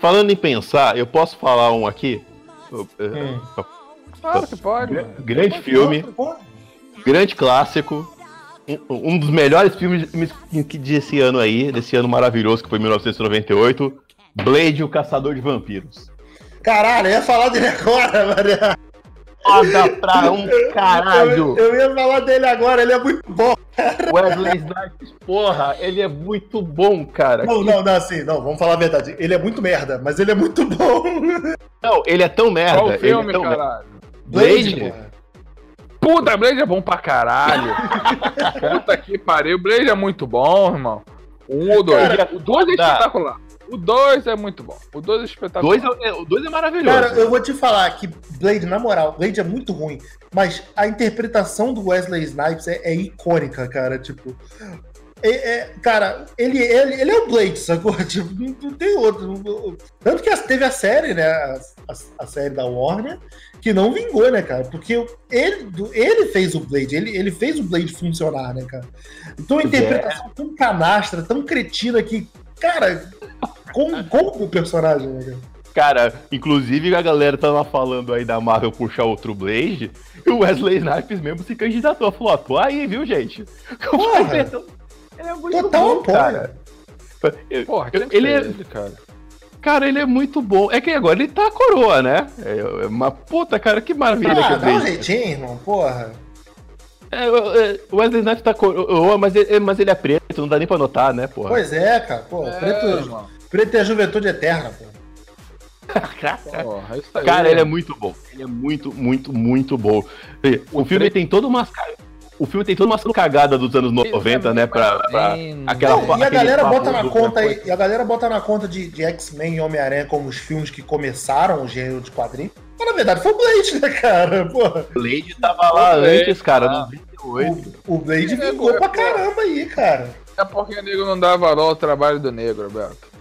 Speaker 1: Falando em pensar, eu posso falar um aqui? Eu- eu-
Speaker 3: claro que pode.
Speaker 1: Gran-
Speaker 3: mano.
Speaker 1: Grande filme, grande clássico. um- Um dos melhores filmes de- desse ano aí, desse ano maravilhoso que foi 1998, Blade, o Caçador de Vampiros.
Speaker 2: Caralho, eu ia falar dele agora, Maria.
Speaker 1: Foda pra um caralho!
Speaker 2: Eu, eu ia falar dele agora, ele é muito bom.
Speaker 1: Wesley Snipes, porra, ele é muito bom, cara.
Speaker 2: Não, não, não, assim, não, vamos falar a verdade. Ele é muito merda, mas ele é muito bom.
Speaker 1: Não, ele é tão merda.
Speaker 3: Qual o
Speaker 1: ele é
Speaker 3: filme,
Speaker 1: tão merda.
Speaker 3: caralho?
Speaker 1: Blade?
Speaker 2: porra.
Speaker 3: Puta, Blade é bom pra caralho. Puta que pariu. Blade é muito bom, irmão. Um ou dois.
Speaker 1: Cara,
Speaker 3: o dois é
Speaker 1: tá.
Speaker 3: espetacular. O dois é muito bom. O dois é espetacular.
Speaker 1: Dois é, é- o dois é maravilhoso.
Speaker 2: Cara, eu vou te falar que Blade, na moral, Blade é muito ruim, mas a interpretação do Wesley Snipes é, é icônica, cara. Tipo. é- é- cara, ele, ele, ele é o Blade, sacou? Tipo, não, não tem outro. não- não- tanto que teve a série, né? A, a- a série da Warner, que não vingou, né, cara? Porque ele, do- ele fez o Blade, ele, ele fez o Blade funcionar, né, cara? Então a
Speaker 1: Pois é.
Speaker 2: interpretação tão canastra, tão cretina que, cara, como, como o personagem, né, cara?
Speaker 1: Cara, inclusive a galera tava falando aí da Marvel puxar outro Blade, e o Wesley Snipes mesmo se candidatou. Falou, atua aí, viu, gente?
Speaker 2: Porra!
Speaker 1: Ele é muito
Speaker 2: Total
Speaker 1: bom,
Speaker 2: apoio.
Speaker 1: cara. Eu-
Speaker 3: Porra, tem que
Speaker 1: Ele
Speaker 3: ser
Speaker 1: é-
Speaker 3: cara.
Speaker 1: Cara, ele é muito bom. É que agora ele tá a coroa, né? É é uma puta, cara, que maravilha que o
Speaker 2: Ah, dá um
Speaker 1: Blade.
Speaker 2: jeitinho, irmão, porra.
Speaker 1: É, é, o Wesley Snipes tá coroa, mas ele, mas ele é preto, não dá nem pra notar, né, porra?
Speaker 2: Pois é, cara, pô. preto,
Speaker 3: irmão.
Speaker 2: preto é a juventude eterna, pô.
Speaker 3: Porra, isso aí.
Speaker 1: Cara, ele é muito bom. Ele é muito, muito, muito bom. E O, filme tem toda uma. ca- O filme tem toda uma cagada dos anos 90, né? Pra, pra
Speaker 3: Sim,
Speaker 1: aquela
Speaker 2: Não, e a
Speaker 1: aquele
Speaker 2: galera
Speaker 1: papo
Speaker 2: bota na
Speaker 1: do-
Speaker 2: conta aí- e a galera bota na conta de, de X-Men e Homem-Aranha como os filmes que começaram o gênero de quadrinho. Mas na verdade foi o Blade, né, cara? Porra,
Speaker 1: O Blade tava lá
Speaker 3: Blade,
Speaker 1: antes, cara,
Speaker 3: tá.
Speaker 1: 98.
Speaker 2: o Blade
Speaker 3: É,
Speaker 2: vingou
Speaker 3: é,
Speaker 2: pra
Speaker 3: pô.
Speaker 2: caramba aí, cara.
Speaker 3: É porque o negro não dá valor ao trabalho do negro, Beto.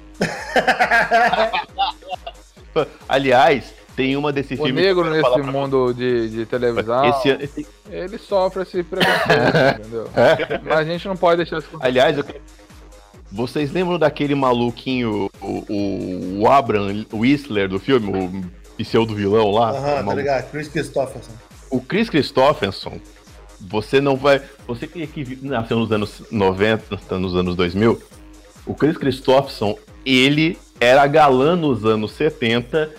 Speaker 1: Aliás, tem uma desse
Speaker 3: O
Speaker 1: filme.
Speaker 3: negro
Speaker 1: que eu quero
Speaker 3: nesse é
Speaker 1: falar pra-
Speaker 3: mundo de, de televisão,
Speaker 1: Esse ano- esse-
Speaker 3: ele sofre esse preconceito, entendeu?
Speaker 1: É.
Speaker 3: Mas a gente não pode deixar isso acontecer.
Speaker 1: Aliás, eu... quero- vocês lembram daquele maluquinho, o, o, o Abraham Whistler do filme, o pseudo vilão lá?
Speaker 2: Aham,
Speaker 1: o
Speaker 2: tá
Speaker 1: maluco?
Speaker 2: ligado? Chris Christopherson.
Speaker 1: O Chris Christopherson, você não vai. Você que, que vi- nasceu nos anos 90, tá nos anos 2000, o Chris Christopherson, ele era galã nos anos 70,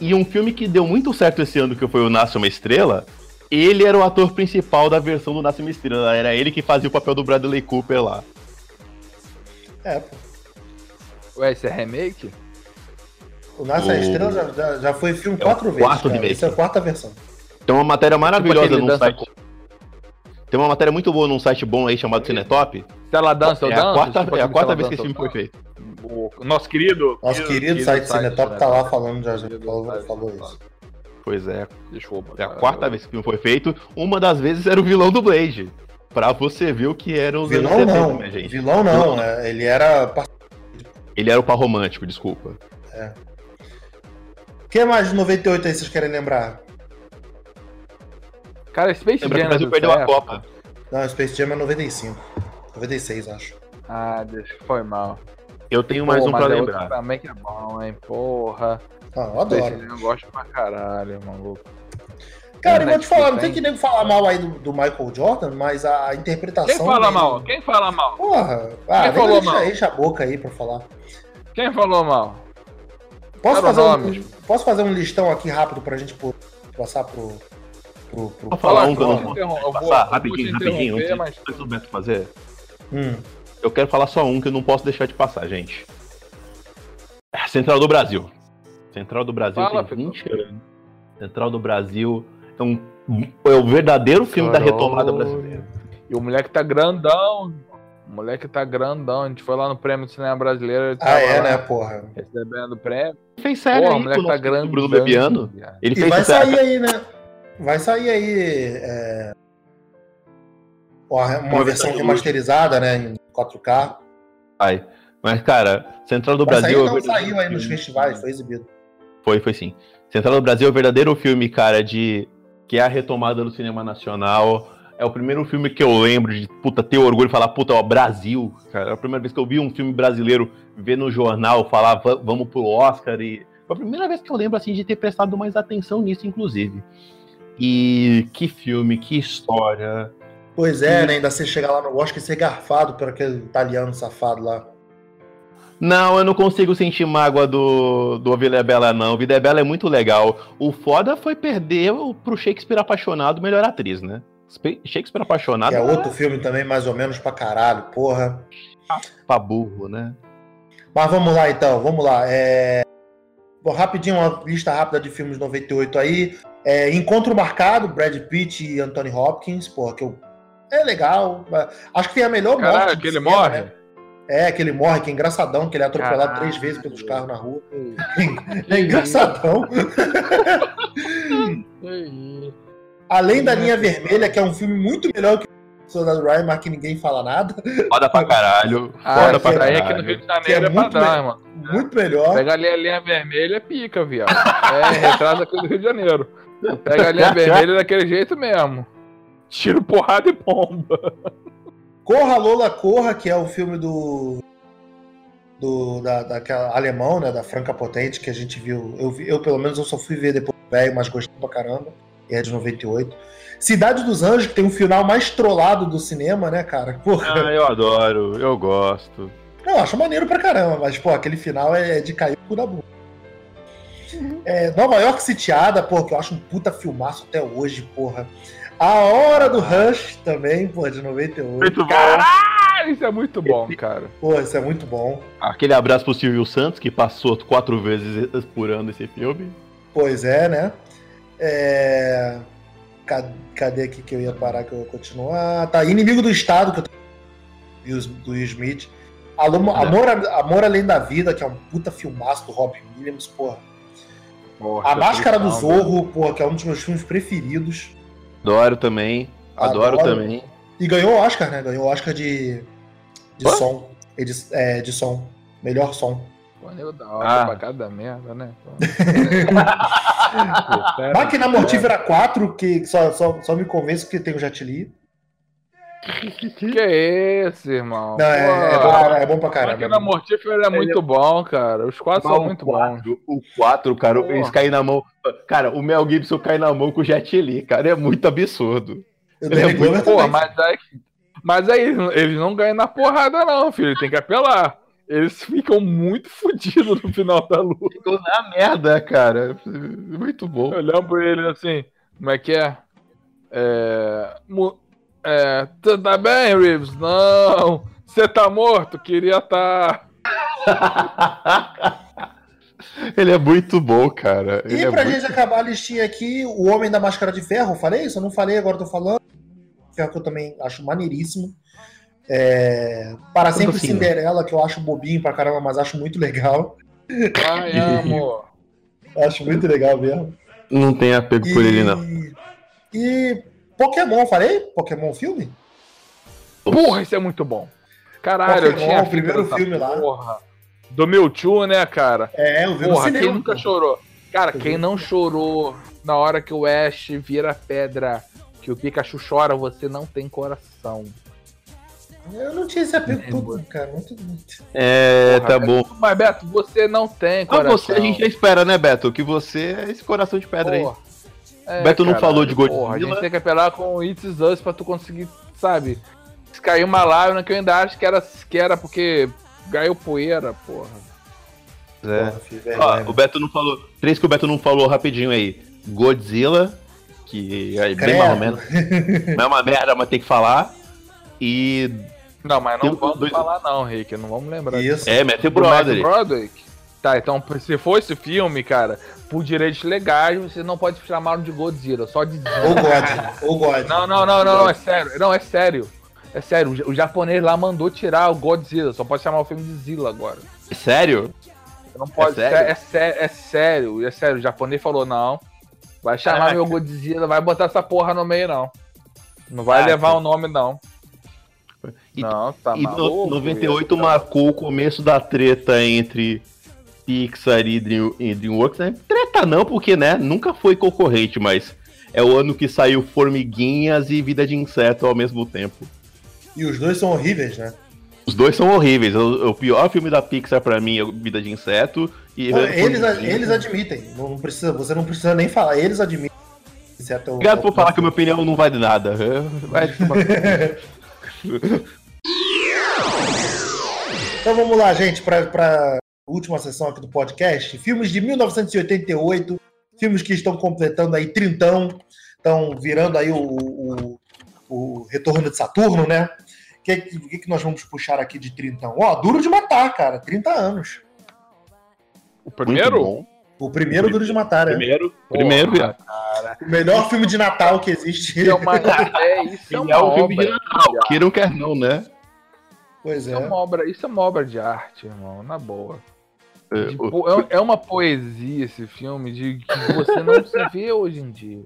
Speaker 1: e um filme que deu muito certo esse ano, que foi o Nasce uma Estrela, ele era o ator principal da versão do Nasce uma Estrela, era ele que fazia o papel do Bradley Cooper lá.
Speaker 2: É, pô.
Speaker 3: Ué, esse é remake?
Speaker 2: O Nasce
Speaker 1: O-
Speaker 2: a Estrela já, já, já foi filme
Speaker 1: É o
Speaker 2: quatro vezes.
Speaker 1: quarto
Speaker 2: cara.
Speaker 1: remake.
Speaker 2: Essa é a quarta versão.
Speaker 1: Tem uma matéria maravilhosa
Speaker 3: Tipo aquele
Speaker 1: num
Speaker 3: Dança
Speaker 1: site. Tem uma matéria muito boa num site bom aí chamado Cinetop.
Speaker 3: Se ela dança, eu
Speaker 1: é,
Speaker 3: danço?
Speaker 1: a quarta,
Speaker 3: Tipo
Speaker 1: é a
Speaker 3: aquele
Speaker 1: quarta
Speaker 3: Se
Speaker 1: vez
Speaker 3: Ela
Speaker 1: que esse filme
Speaker 3: Dança,
Speaker 1: foi
Speaker 3: Eu
Speaker 1: feito.
Speaker 3: Danço. O nosso querido... né?
Speaker 2: Nosso querido, site Cinetop tá lá falando já, já
Speaker 3: Querido
Speaker 2: falou,
Speaker 3: site
Speaker 2: falou
Speaker 3: Cinetop.
Speaker 2: isso.
Speaker 1: Pois é,
Speaker 3: Desculpa.
Speaker 1: é a
Speaker 3: cara.
Speaker 1: quarta vez que o filme foi feito. Uma das vezes era o vilão do Blade. Pra você ver o que era os
Speaker 2: Vilão não,
Speaker 1: minha gente.
Speaker 2: vilão não, né? ele era
Speaker 1: Ele era o par romântico, desculpa.
Speaker 2: O que é mais de 98 aí vocês querem lembrar?
Speaker 3: Cara, Space
Speaker 1: Lembra que o
Speaker 3: Jam... né,
Speaker 1: Brasil
Speaker 3: deu
Speaker 1: perdeu a
Speaker 3: certo.
Speaker 1: Copa.
Speaker 2: Não, Space Jam é 95. 96, acho.
Speaker 3: Ah, deixa, foi mal.
Speaker 1: Eu tenho mais
Speaker 3: Pô,
Speaker 1: um
Speaker 3: mas
Speaker 1: pra
Speaker 3: é outro
Speaker 1: lembrar.
Speaker 3: Também que é bom, hein? Porra.
Speaker 2: Ah, eu
Speaker 3: Space
Speaker 2: adoro.
Speaker 3: Jam eu gosto pra caralho, maluco.
Speaker 2: Cara,
Speaker 3: Tem
Speaker 2: eu vou te
Speaker 3: Netflix
Speaker 2: falar, não tem
Speaker 3: aí?
Speaker 2: que nem falar mal aí do, do Michael Jordan, mas a, a interpretação.
Speaker 3: Quem fala
Speaker 2: dele-
Speaker 3: mal? Quem fala mal?
Speaker 2: Porra! Ah,
Speaker 3: Quem
Speaker 2: vem
Speaker 3: falou
Speaker 2: enche,
Speaker 3: mal?
Speaker 2: enche a boca aí pra falar.
Speaker 3: Quem falou mal?
Speaker 2: Posso,
Speaker 3: Cara,
Speaker 2: fazer um,
Speaker 3: nomes.
Speaker 2: posso fazer um listão aqui rápido pra gente pô- passar pro. pro, pro...
Speaker 1: Vou falar
Speaker 3: Fala,
Speaker 1: um que eu
Speaker 3: vou
Speaker 1: não
Speaker 3: te
Speaker 1: vou
Speaker 3: interrom- eu vou- eu
Speaker 1: passar.
Speaker 3: vou te
Speaker 1: Rapidinho, rapidinho. um
Speaker 3: interromper,
Speaker 1: Antes
Speaker 3: mas-
Speaker 1: antes do Beto fazer.
Speaker 2: Hum.
Speaker 1: Eu quero falar só um que eu não posso deixar de passar, gente. É, Central do Brasil. Central do Brasil
Speaker 3: Fala,
Speaker 1: tem
Speaker 3: Pedro.
Speaker 1: 20 anos. Central do Brasil é, um, é o verdadeiro filme da retomada
Speaker 3: Caralho.
Speaker 1: brasileira.
Speaker 3: E o moleque tá grandão. O moleque tá grandão. A gente foi lá no prêmio de cinema brasileiro. Ele
Speaker 2: Ah,
Speaker 3: tava
Speaker 2: é,
Speaker 3: lá
Speaker 2: né, porra?
Speaker 3: Recebendo o prêmio.
Speaker 1: Fez sério
Speaker 3: Porra,
Speaker 1: aí,
Speaker 3: o moleque
Speaker 1: pô,
Speaker 3: tá
Speaker 1: nosso
Speaker 3: grandão.
Speaker 1: Bruno Bebiano.
Speaker 3: viado.
Speaker 1: Ele
Speaker 2: E
Speaker 1: fez
Speaker 2: vai
Speaker 1: isso,
Speaker 2: sair aí, né? Vai sair aí. é, Uma, uma versão remasterizada, né? Em 4K.
Speaker 1: Ai, Mas, cara, Central do
Speaker 2: Vai sair,
Speaker 1: Brasil. é o
Speaker 2: não
Speaker 1: verdadeiro
Speaker 2: saiu aí nos
Speaker 1: filme.
Speaker 2: festivais, foi exibido.
Speaker 1: Foi, foi sim. Central do Brasil é o verdadeiro filme, cara, de. Que é a retomada do cinema nacional. É o primeiro filme que eu lembro de, puta, ter orgulho e falar, puta, ó, Brasil, cara. É a primeira vez que eu vi um filme brasileiro ver no jornal, falar, "Va- vamos pro Oscar. E... Foi a primeira vez que eu lembro, assim, de ter prestado mais atenção nisso, inclusive. E que filme, que história.
Speaker 2: Pois é, né? Ainda você chegar lá no Oscar e ser garfado por aquele italiano safado lá.
Speaker 1: Não, eu não consigo sentir mágoa do, do Vida é Bela, não. Vida é Bela é muito legal. O foda foi perder o- pro Shakespeare apaixonado, melhor atriz, né? Spe- Shakespeare apaixonado
Speaker 2: Que é
Speaker 1: é
Speaker 2: outro filme também, mais ou menos pra caralho, porra.
Speaker 1: pra burro, né?
Speaker 2: Mas vamos lá então, vamos lá. É, bom, rapidinho, uma lista rápida de filmes de 98 aí. É, Encontro Marcado, Brad Pitt e Anthony Hopkins, porra, que eu... é legal. Acho que tem a melhor
Speaker 3: Caralho,
Speaker 2: do
Speaker 3: que ele
Speaker 2: cinema,
Speaker 3: morre?
Speaker 2: né? É, que ele morre, que é engraçadão, que ele é atropelado
Speaker 3: Caralho.
Speaker 2: três vezes pelos carros na rua.
Speaker 3: Que
Speaker 2: É engraçadão.
Speaker 3: isso.
Speaker 2: Além da Linha Vermelha, que é um filme muito melhor que o Soldado Ryan, mas que ninguém fala nada.
Speaker 1: Foda pra caralho.
Speaker 3: Ah,
Speaker 1: Foda
Speaker 2: que
Speaker 1: pra
Speaker 3: isso aí
Speaker 1: caralho.
Speaker 3: aqui no Rio de
Speaker 2: Que é
Speaker 3: Janeiro é, pra
Speaker 2: muito
Speaker 3: dar, irmão.
Speaker 2: Muito melhor.
Speaker 3: Pega ali a linha vermelha, pica, viado. É, retrasa aqui do Rio de Janeiro. Pega a linha vermelha daquele jeito mesmo. Tiro, porrada e bomba.
Speaker 2: Corra Lola Corra, que é o filme do. do da, daquela alemão, né? Da Franca Potente, que a gente viu. Eu, vi- eu, pelo menos, eu só fui ver depois do velho, mas gostei pra caramba. E é de 98. Cidade dos Anjos, que tem um final mais trollado do cinema, né, cara? Porra.
Speaker 1: Ah, eu adoro, eu gosto.
Speaker 2: Não, acho maneiro pra caramba, mas, pô, aquele final é de cair o cu da bunda. É, Nova York Sitiada, pô, que eu acho um puta filmaço até hoje, porra. A Hora do Rush também, pô, de 98.
Speaker 1: Muito
Speaker 3: Caralho, isso é muito bom, cara.
Speaker 2: Pô, isso é muito bom.
Speaker 1: Aquele abraço pro Silvio Santos, que passou quatro vezes por ano esse filme.
Speaker 2: Pois é, né? É, ca- Cadê aqui que eu ia parar, que eu ia continuar? Tá, Inimigo do Estado, que eu tô... do Will- do Will Smith. Alô- Amor, Amor Além da Vida, que é um puta filmaço do Rob Williams, porra.
Speaker 3: Nossa,
Speaker 2: A Máscara do
Speaker 3: brutal,
Speaker 2: Zorro, porra, que é um dos meus filmes preferidos.
Speaker 1: Adoro também. Adoro, também.
Speaker 2: E ganhou o Oscar, né? Ganhou o Oscar de, de
Speaker 1: Hã?
Speaker 2: som. Edi- é, de som. Melhor som.
Speaker 3: Pô, nego da hora
Speaker 1: Ah.
Speaker 3: pra cada merda, né?
Speaker 2: Máquina Mortífera 4, que só, só, só me convence porque tem o Jet Li.
Speaker 3: Que isso, irmão?
Speaker 2: Não, é, é bom, pra- é bom pra caralho.
Speaker 3: Máquina Mortífera é muito bom, cara. Os quatro
Speaker 1: Mas
Speaker 3: são
Speaker 1: o
Speaker 3: muito bons.
Speaker 1: um quatro- O 4, cara,
Speaker 3: Porra.
Speaker 1: eles caem na mão. Cara, o Mel Gibson cai na mão com o Jet Li, cara. É muito absurdo.
Speaker 2: Eu
Speaker 1: Ele é
Speaker 2: dei Glover
Speaker 3: Pô,
Speaker 2: também.
Speaker 3: mas aí, mas aí eles não- eles não ganham na porrada, não, filho. Tem que apelar. Eles ficam muito fodidos no final da luta.
Speaker 1: Ficou na merda, cara. Muito bom.
Speaker 3: Olhando pra eles assim, como é que é? É. mu- é "Tá- tá bem, Reeves? Não! Você tá morto? Queria tá.
Speaker 1: Ele é muito bom, cara. Ele
Speaker 2: E
Speaker 1: é
Speaker 2: pra
Speaker 1: muito-
Speaker 2: gente acabar a listinha aqui, o Homem da Máscara de Ferro, eu falei isso? Eu não falei, agora eu tô falando. Ferro que eu também acho maneiríssimo. É, Para Sempre
Speaker 1: assim, né?
Speaker 2: Cinderela, que eu acho bobinho pra caramba, mas acho muito legal.
Speaker 3: Ai, amor.
Speaker 2: Acho muito legal mesmo.
Speaker 1: Não tem apego por ele, não.
Speaker 2: E Pokémon, eu falei? Pokémon filme?
Speaker 3: Porra, isso é muito bom. Caralho, eu
Speaker 2: Pokémon,
Speaker 3: tinha.
Speaker 2: é o primeiro
Speaker 3: fita dessa
Speaker 2: filme lá.
Speaker 3: Porra. Do Mewtwo, né, cara?
Speaker 2: É, eu vi no
Speaker 3: Porra,
Speaker 2: cinema.
Speaker 3: quem nunca chorou? Cara, quem não chorou na hora que o Ash vira pedra, que o Pikachu chora, você não tem coração.
Speaker 2: Eu não tinha esse apego
Speaker 3: Lembro.
Speaker 2: todo, cara. Muito...
Speaker 1: É, tá bom.
Speaker 3: Mas, Beto, você é não tem
Speaker 1: Ah,
Speaker 3: coração.
Speaker 1: você, a gente já espera, né, Beto? Que você é esse coração de pedra aí.
Speaker 3: Porra. É,
Speaker 1: Beto não
Speaker 3: caralho,
Speaker 1: falou de Godzilla.
Speaker 3: Porra, a gente tem que apelar com o It's Us pra tu conseguir, sabe? Se caiu uma lágrima que eu ainda acho que era, que era porque caiu poeira, porra.
Speaker 1: É.
Speaker 2: Porra, filho, velho,
Speaker 1: Ó,
Speaker 2: velho.
Speaker 1: o Beto não falou. Três que o Beto não falou rapidinho aí. Godzilla, que é bem
Speaker 2: Credo.
Speaker 1: mais ou menos. Não é uma merda, mas tem que falar. E.
Speaker 3: Não, mas não
Speaker 1: Tem
Speaker 3: vamos
Speaker 1: dois-
Speaker 3: falar não, Rick, não vamos lembrar.
Speaker 2: Isso.
Speaker 1: É, Matthew
Speaker 3: Do Matt
Speaker 1: Broderick.
Speaker 3: Broderick? Tá, então se for esse filme, cara, por direitos legais, você não pode chamar de Godzilla, só de
Speaker 2: Ou God. Ou God.
Speaker 3: Não, não, não, não, não, é sério. Não, é sério. É sério, o ja- o japonês lá mandou tirar o Godzilla. Só pode chamar o filme de Zilla agora.
Speaker 1: Sério?
Speaker 3: Não pode.
Speaker 1: sério?
Speaker 3: É, é sé- é sério, é sério. O japonês falou não. Vai chamar
Speaker 1: Caraca.
Speaker 3: meu Godzilla, vai botar essa porra no meio não. Não vai
Speaker 1: Caraca.
Speaker 3: levar o nome não.
Speaker 1: E-
Speaker 3: não, tá
Speaker 1: e no,
Speaker 3: maluco.
Speaker 1: 98
Speaker 3: isso.
Speaker 1: marcou o começo da treta entre Pixar e, Dream- e DreamWorks, né? Treta não, porque, né, nunca foi concorrente, mas é o ano que saiu Formiguinhas e Vida de Inseto ao mesmo tempo.
Speaker 2: E os dois são horríveis, né?
Speaker 1: Os dois são horríveis. O, o pior filme da Pixar pra mim é Vida de Inseto e né?
Speaker 2: Eles,
Speaker 1: Formiguinhas.
Speaker 2: eles admitem. Não precisa, você não precisa nem falar, eles admitem. Exceto o-
Speaker 1: Obrigado por falar que a minha opinião não vale nada. É, vai tomar-
Speaker 2: Então vamos lá, gente, para última sessão aqui do podcast. Filmes de 1988, filmes que estão completando aí trintão, estão virando aí o, o- o Retorno de Saturno, né? O que, que, que que nós vamos puxar aqui de trintão? Ó, Duro de Matar, cara, 30 anos.
Speaker 3: O
Speaker 1: Muito
Speaker 3: primeiro?
Speaker 1: bom.
Speaker 2: O primeiro Duro de Matar, né?
Speaker 1: Primeiro, primeiro,
Speaker 3: É. Porra,
Speaker 2: O melhor filme de Natal que existe.
Speaker 3: é uma, é, isso é
Speaker 1: Ele
Speaker 3: uma
Speaker 1: é um filme de
Speaker 3: obra.
Speaker 1: Natal, queira ou quer não, né?
Speaker 2: Pois
Speaker 3: Isso é
Speaker 2: é.
Speaker 3: uma obra, isso é uma obra de arte, irmão, na boa.
Speaker 1: É,
Speaker 3: De
Speaker 1: o-
Speaker 3: po- é- é uma poesia esse filme de que você não se vê hoje em dia.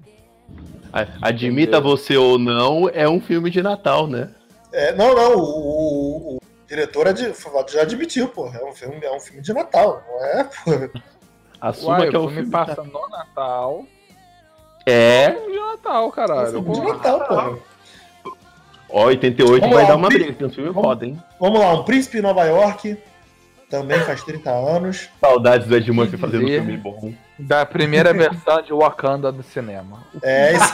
Speaker 1: a- Admita você ou não, é um filme de Natal, né?
Speaker 2: É, não, não, o, o- o diretor ad- já admitiu, pô. É um filme, é um filme de Natal, não é? pô?
Speaker 1: Assuma
Speaker 3: Uai,
Speaker 1: que é
Speaker 3: o
Speaker 1: um
Speaker 3: filme
Speaker 1: filme.
Speaker 3: passa no Natal.
Speaker 1: É.
Speaker 3: De Natal,
Speaker 2: É um
Speaker 3: caralho.
Speaker 2: filme de
Speaker 3: Porra.
Speaker 2: Natal, pô.
Speaker 1: Ó, 88
Speaker 2: Vamos
Speaker 1: vai
Speaker 2: lá,
Speaker 1: dar uma
Speaker 2: Pri-
Speaker 1: briga. Tem um filme
Speaker 2: vamos-
Speaker 1: foda, hein?
Speaker 2: Vamos lá, um príncipe em Nova York, também faz 30 anos.
Speaker 1: Saudades do Ed
Speaker 3: Que
Speaker 1: Murphy fazendo
Speaker 3: dizer.
Speaker 1: um filme bom.
Speaker 3: Da primeira versão de Wakanda do cinema.
Speaker 2: É isso.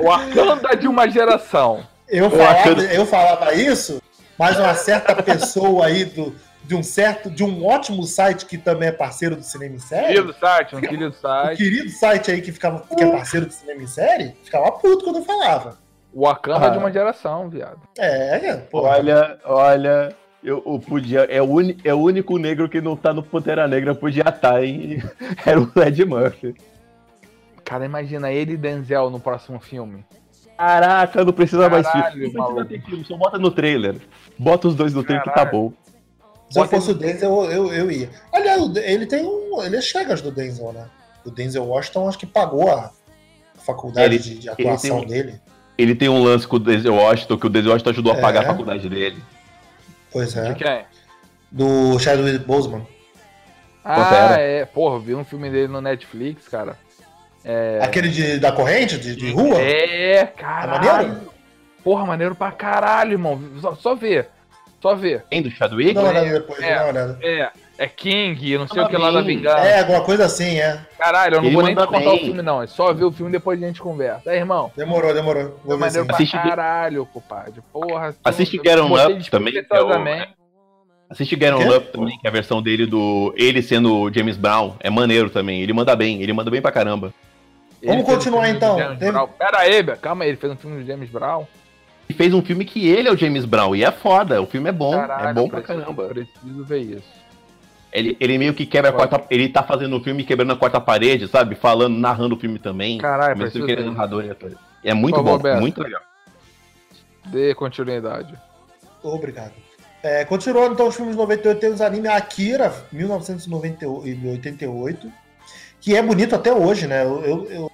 Speaker 3: Wakanda de uma geração.
Speaker 2: Eu falava, eu falava isso, mas uma certa pessoa aí do, de um certo, de um ótimo site que também é parceiro do Cinema em Série,
Speaker 3: Querido site, um querido
Speaker 2: o
Speaker 3: site.
Speaker 2: querido site aí que, ficava, que é parceiro do Cinema em Série, ficava puto quando eu falava.
Speaker 3: Wakanda
Speaker 1: Ah.
Speaker 3: de uma geração, viado.
Speaker 2: É, pô.
Speaker 1: Olha, olha. Eu, eu podia. É o, uni- é o único negro que não tá no Pantera Negra, podia estar, hein? Era o Ed Murphy.
Speaker 3: Cara, imagina ele e Denzel no próximo filme.
Speaker 1: Caraca, não precisa mais
Speaker 3: Caralho,
Speaker 1: filme. Não precisa
Speaker 3: maluco.
Speaker 1: ter filme, só bota no trailer. Bota os dois no trailer que tá
Speaker 3: Caralho.
Speaker 1: bom.
Speaker 2: Se eu fosse o Denzel, eu, eu, eu ia. Aliás, o De- ele tem um. Ele é Chegas do Denzel, né? O Denzel Washington acho que pagou a faculdade
Speaker 1: Ele-
Speaker 2: de, de atuação
Speaker 3: um-
Speaker 1: ele
Speaker 2: dele.
Speaker 1: Ele tem um lance com o Denzel Washington, que o Denzel Washington ajudou a
Speaker 2: É.
Speaker 1: pagar a faculdade dele.
Speaker 2: Pois
Speaker 3: De
Speaker 2: é.
Speaker 3: quem?
Speaker 2: Do Chadwick Boseman.
Speaker 3: Ah,
Speaker 1: Pantera.
Speaker 3: é. Porra, eu vi um filme dele no Netflix, cara.
Speaker 2: Aquele de, da corrente, de, de rua?
Speaker 3: É,
Speaker 2: É
Speaker 3: caralho.
Speaker 2: maneiro?
Speaker 3: Porra, maneiro pra caralho, irmão. Só, só ver. Só ver.
Speaker 1: Tem do Chadwick?
Speaker 2: Dá uma olhada depois,
Speaker 3: É. Tá.
Speaker 2: dá uma olhada.
Speaker 3: É, é King, não sei
Speaker 1: Manda
Speaker 3: o que lá da
Speaker 1: bem.
Speaker 3: vingança.
Speaker 2: É, alguma coisa assim, é.
Speaker 3: Caralho, eu não
Speaker 1: Ele
Speaker 3: vou nem te
Speaker 1: manda
Speaker 3: contar o
Speaker 1: bem.
Speaker 3: filme, não. É só ver o filme depois a gente conversa. É, irmão.
Speaker 2: Demorou, demorou.
Speaker 3: É
Speaker 2: Vou ver
Speaker 3: maneiro
Speaker 2: sim.
Speaker 3: pra
Speaker 1: Assiste-
Speaker 3: caralho, compadre. Porra.
Speaker 1: Assiste
Speaker 3: eu-
Speaker 1: Get
Speaker 3: eu
Speaker 1: On
Speaker 3: botei
Speaker 1: Up também, que é o-
Speaker 3: despretensiosamente.
Speaker 1: Assiste Get On
Speaker 2: Quê?
Speaker 1: Up também, que é a versão dele do. Ele sendo o James Brown. É maneiro também. Ele manda bem, ele manda bem pra caramba.
Speaker 3: Ele
Speaker 2: Vamos
Speaker 3: fez um
Speaker 2: continuar,
Speaker 3: filme do
Speaker 2: então.
Speaker 3: James
Speaker 2: Teve-
Speaker 3: Brown. Pera aí, Bia. calma aí. Ele fez um filme do James Brown.
Speaker 1: E fez um filme que ele é o James Brown. E é foda. O filme é bom.
Speaker 3: Caralho,
Speaker 1: é bom pra
Speaker 3: preciso-
Speaker 1: caramba.
Speaker 3: Preciso ver isso.
Speaker 1: Ele, ele meio que quebra a
Speaker 3: Foda.
Speaker 1: quarta. Ele tá fazendo o filme e quebrando a quarta parede, sabe? Falando, narrando o filme também.
Speaker 3: Caralho,
Speaker 1: Ao mesmo tempo
Speaker 3: preciso
Speaker 1: que ele é
Speaker 3: ver.
Speaker 1: narrador e ator. É muito
Speaker 3: Por
Speaker 1: bom,
Speaker 3: favor, Beto.
Speaker 1: muito legal.
Speaker 3: Dê continuidade.
Speaker 2: Obrigado. É, continuando então os filmes de 98, temos o anime Akira, 1988, que é bonito até hoje, né? Eu, eu- eu-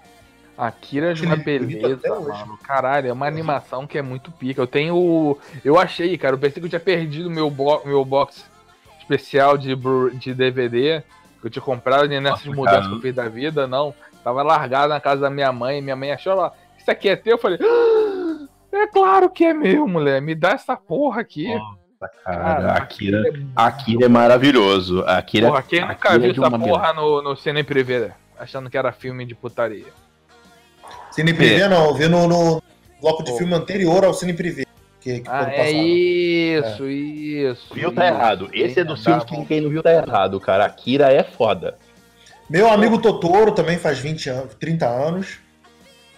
Speaker 3: Akira é de
Speaker 2: Aquele
Speaker 3: uma
Speaker 2: bonito até
Speaker 3: beleza,
Speaker 2: hoje.
Speaker 3: mano. Caralho, é uma animação que é muito pica. Eu tenho. o- Eu achei, cara. Eu pensei que eu tinha perdido meu, bo... meu box especial de, Blu- de DVD. Que eu tinha comprado né, nessas
Speaker 1: Nossa,
Speaker 3: mudanças
Speaker 1: cara.
Speaker 3: que eu fiz da vida, não. Tava largado na casa da minha mãe. Minha mãe achou lá. Isso aqui é teu? Eu falei. "Ah, é claro que é meu, mulher. Me dá essa porra aqui.
Speaker 1: Cara,
Speaker 3: Cara,
Speaker 1: Akira, Akira é maravilhoso. Akira,
Speaker 3: Porra, quem nunca
Speaker 1: Akira é
Speaker 3: viu
Speaker 1: de
Speaker 3: essa
Speaker 1: uma
Speaker 3: porra no, no Cine Privé, né? achando que era filme de putaria?
Speaker 2: Cine Privé não, eu vi no, no bloco de
Speaker 3: Pô.
Speaker 2: filme anterior ao Cine Privé, que, que
Speaker 3: Ah,
Speaker 2: foram
Speaker 3: é
Speaker 2: passados.
Speaker 3: isso, isso.
Speaker 1: Viu tá
Speaker 3: isso.
Speaker 1: errado. Esse é
Speaker 3: Sim,
Speaker 1: dos filmes
Speaker 3: tá
Speaker 1: que
Speaker 3: bom.
Speaker 1: quem não viu tá errado, cara. Akira é foda.
Speaker 2: Meu amigo Totoro também faz 20 anos, 30 anos.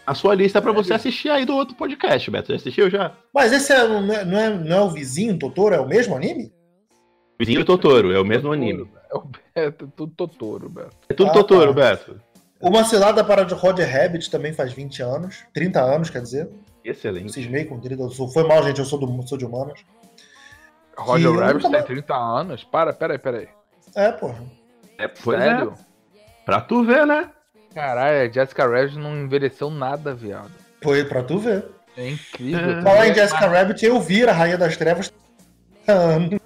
Speaker 1: A sua lista é pra você assistir aí do outro podcast, Beto. Já assistiu já?
Speaker 2: Mas esse é, não, é, não é- não é o vizinho Totoro, é o mesmo anime?
Speaker 1: Vizinho e Totoro, é o mesmo anime.
Speaker 3: É o Beto, tudo Totoro, Beto.
Speaker 1: É tudo
Speaker 2: Ah,
Speaker 1: Totoro,
Speaker 2: tá.
Speaker 1: Beto.
Speaker 2: Uma cilada para de Roger Rabbit também faz 20 anos, 30 anos, quer dizer.
Speaker 1: Excelente.
Speaker 2: Cismei com 30, eu sou, foi mal, gente, eu sou, do, sou de humanas.
Speaker 3: Roger
Speaker 2: eu
Speaker 3: Rabbit
Speaker 2: nunca-
Speaker 3: tem 30 anos. Para, peraí, peraí.
Speaker 2: É, porra.
Speaker 1: É, pois é. Pra tu ver, né?
Speaker 3: Caralho, a Jessica Rabbit não envelheceu nada, viado.
Speaker 2: Foi pra tu ver.
Speaker 3: É incrível.
Speaker 1: É.
Speaker 2: Falar em Jessica Rabbit, eu vi a Rainha das Trevas. Ah,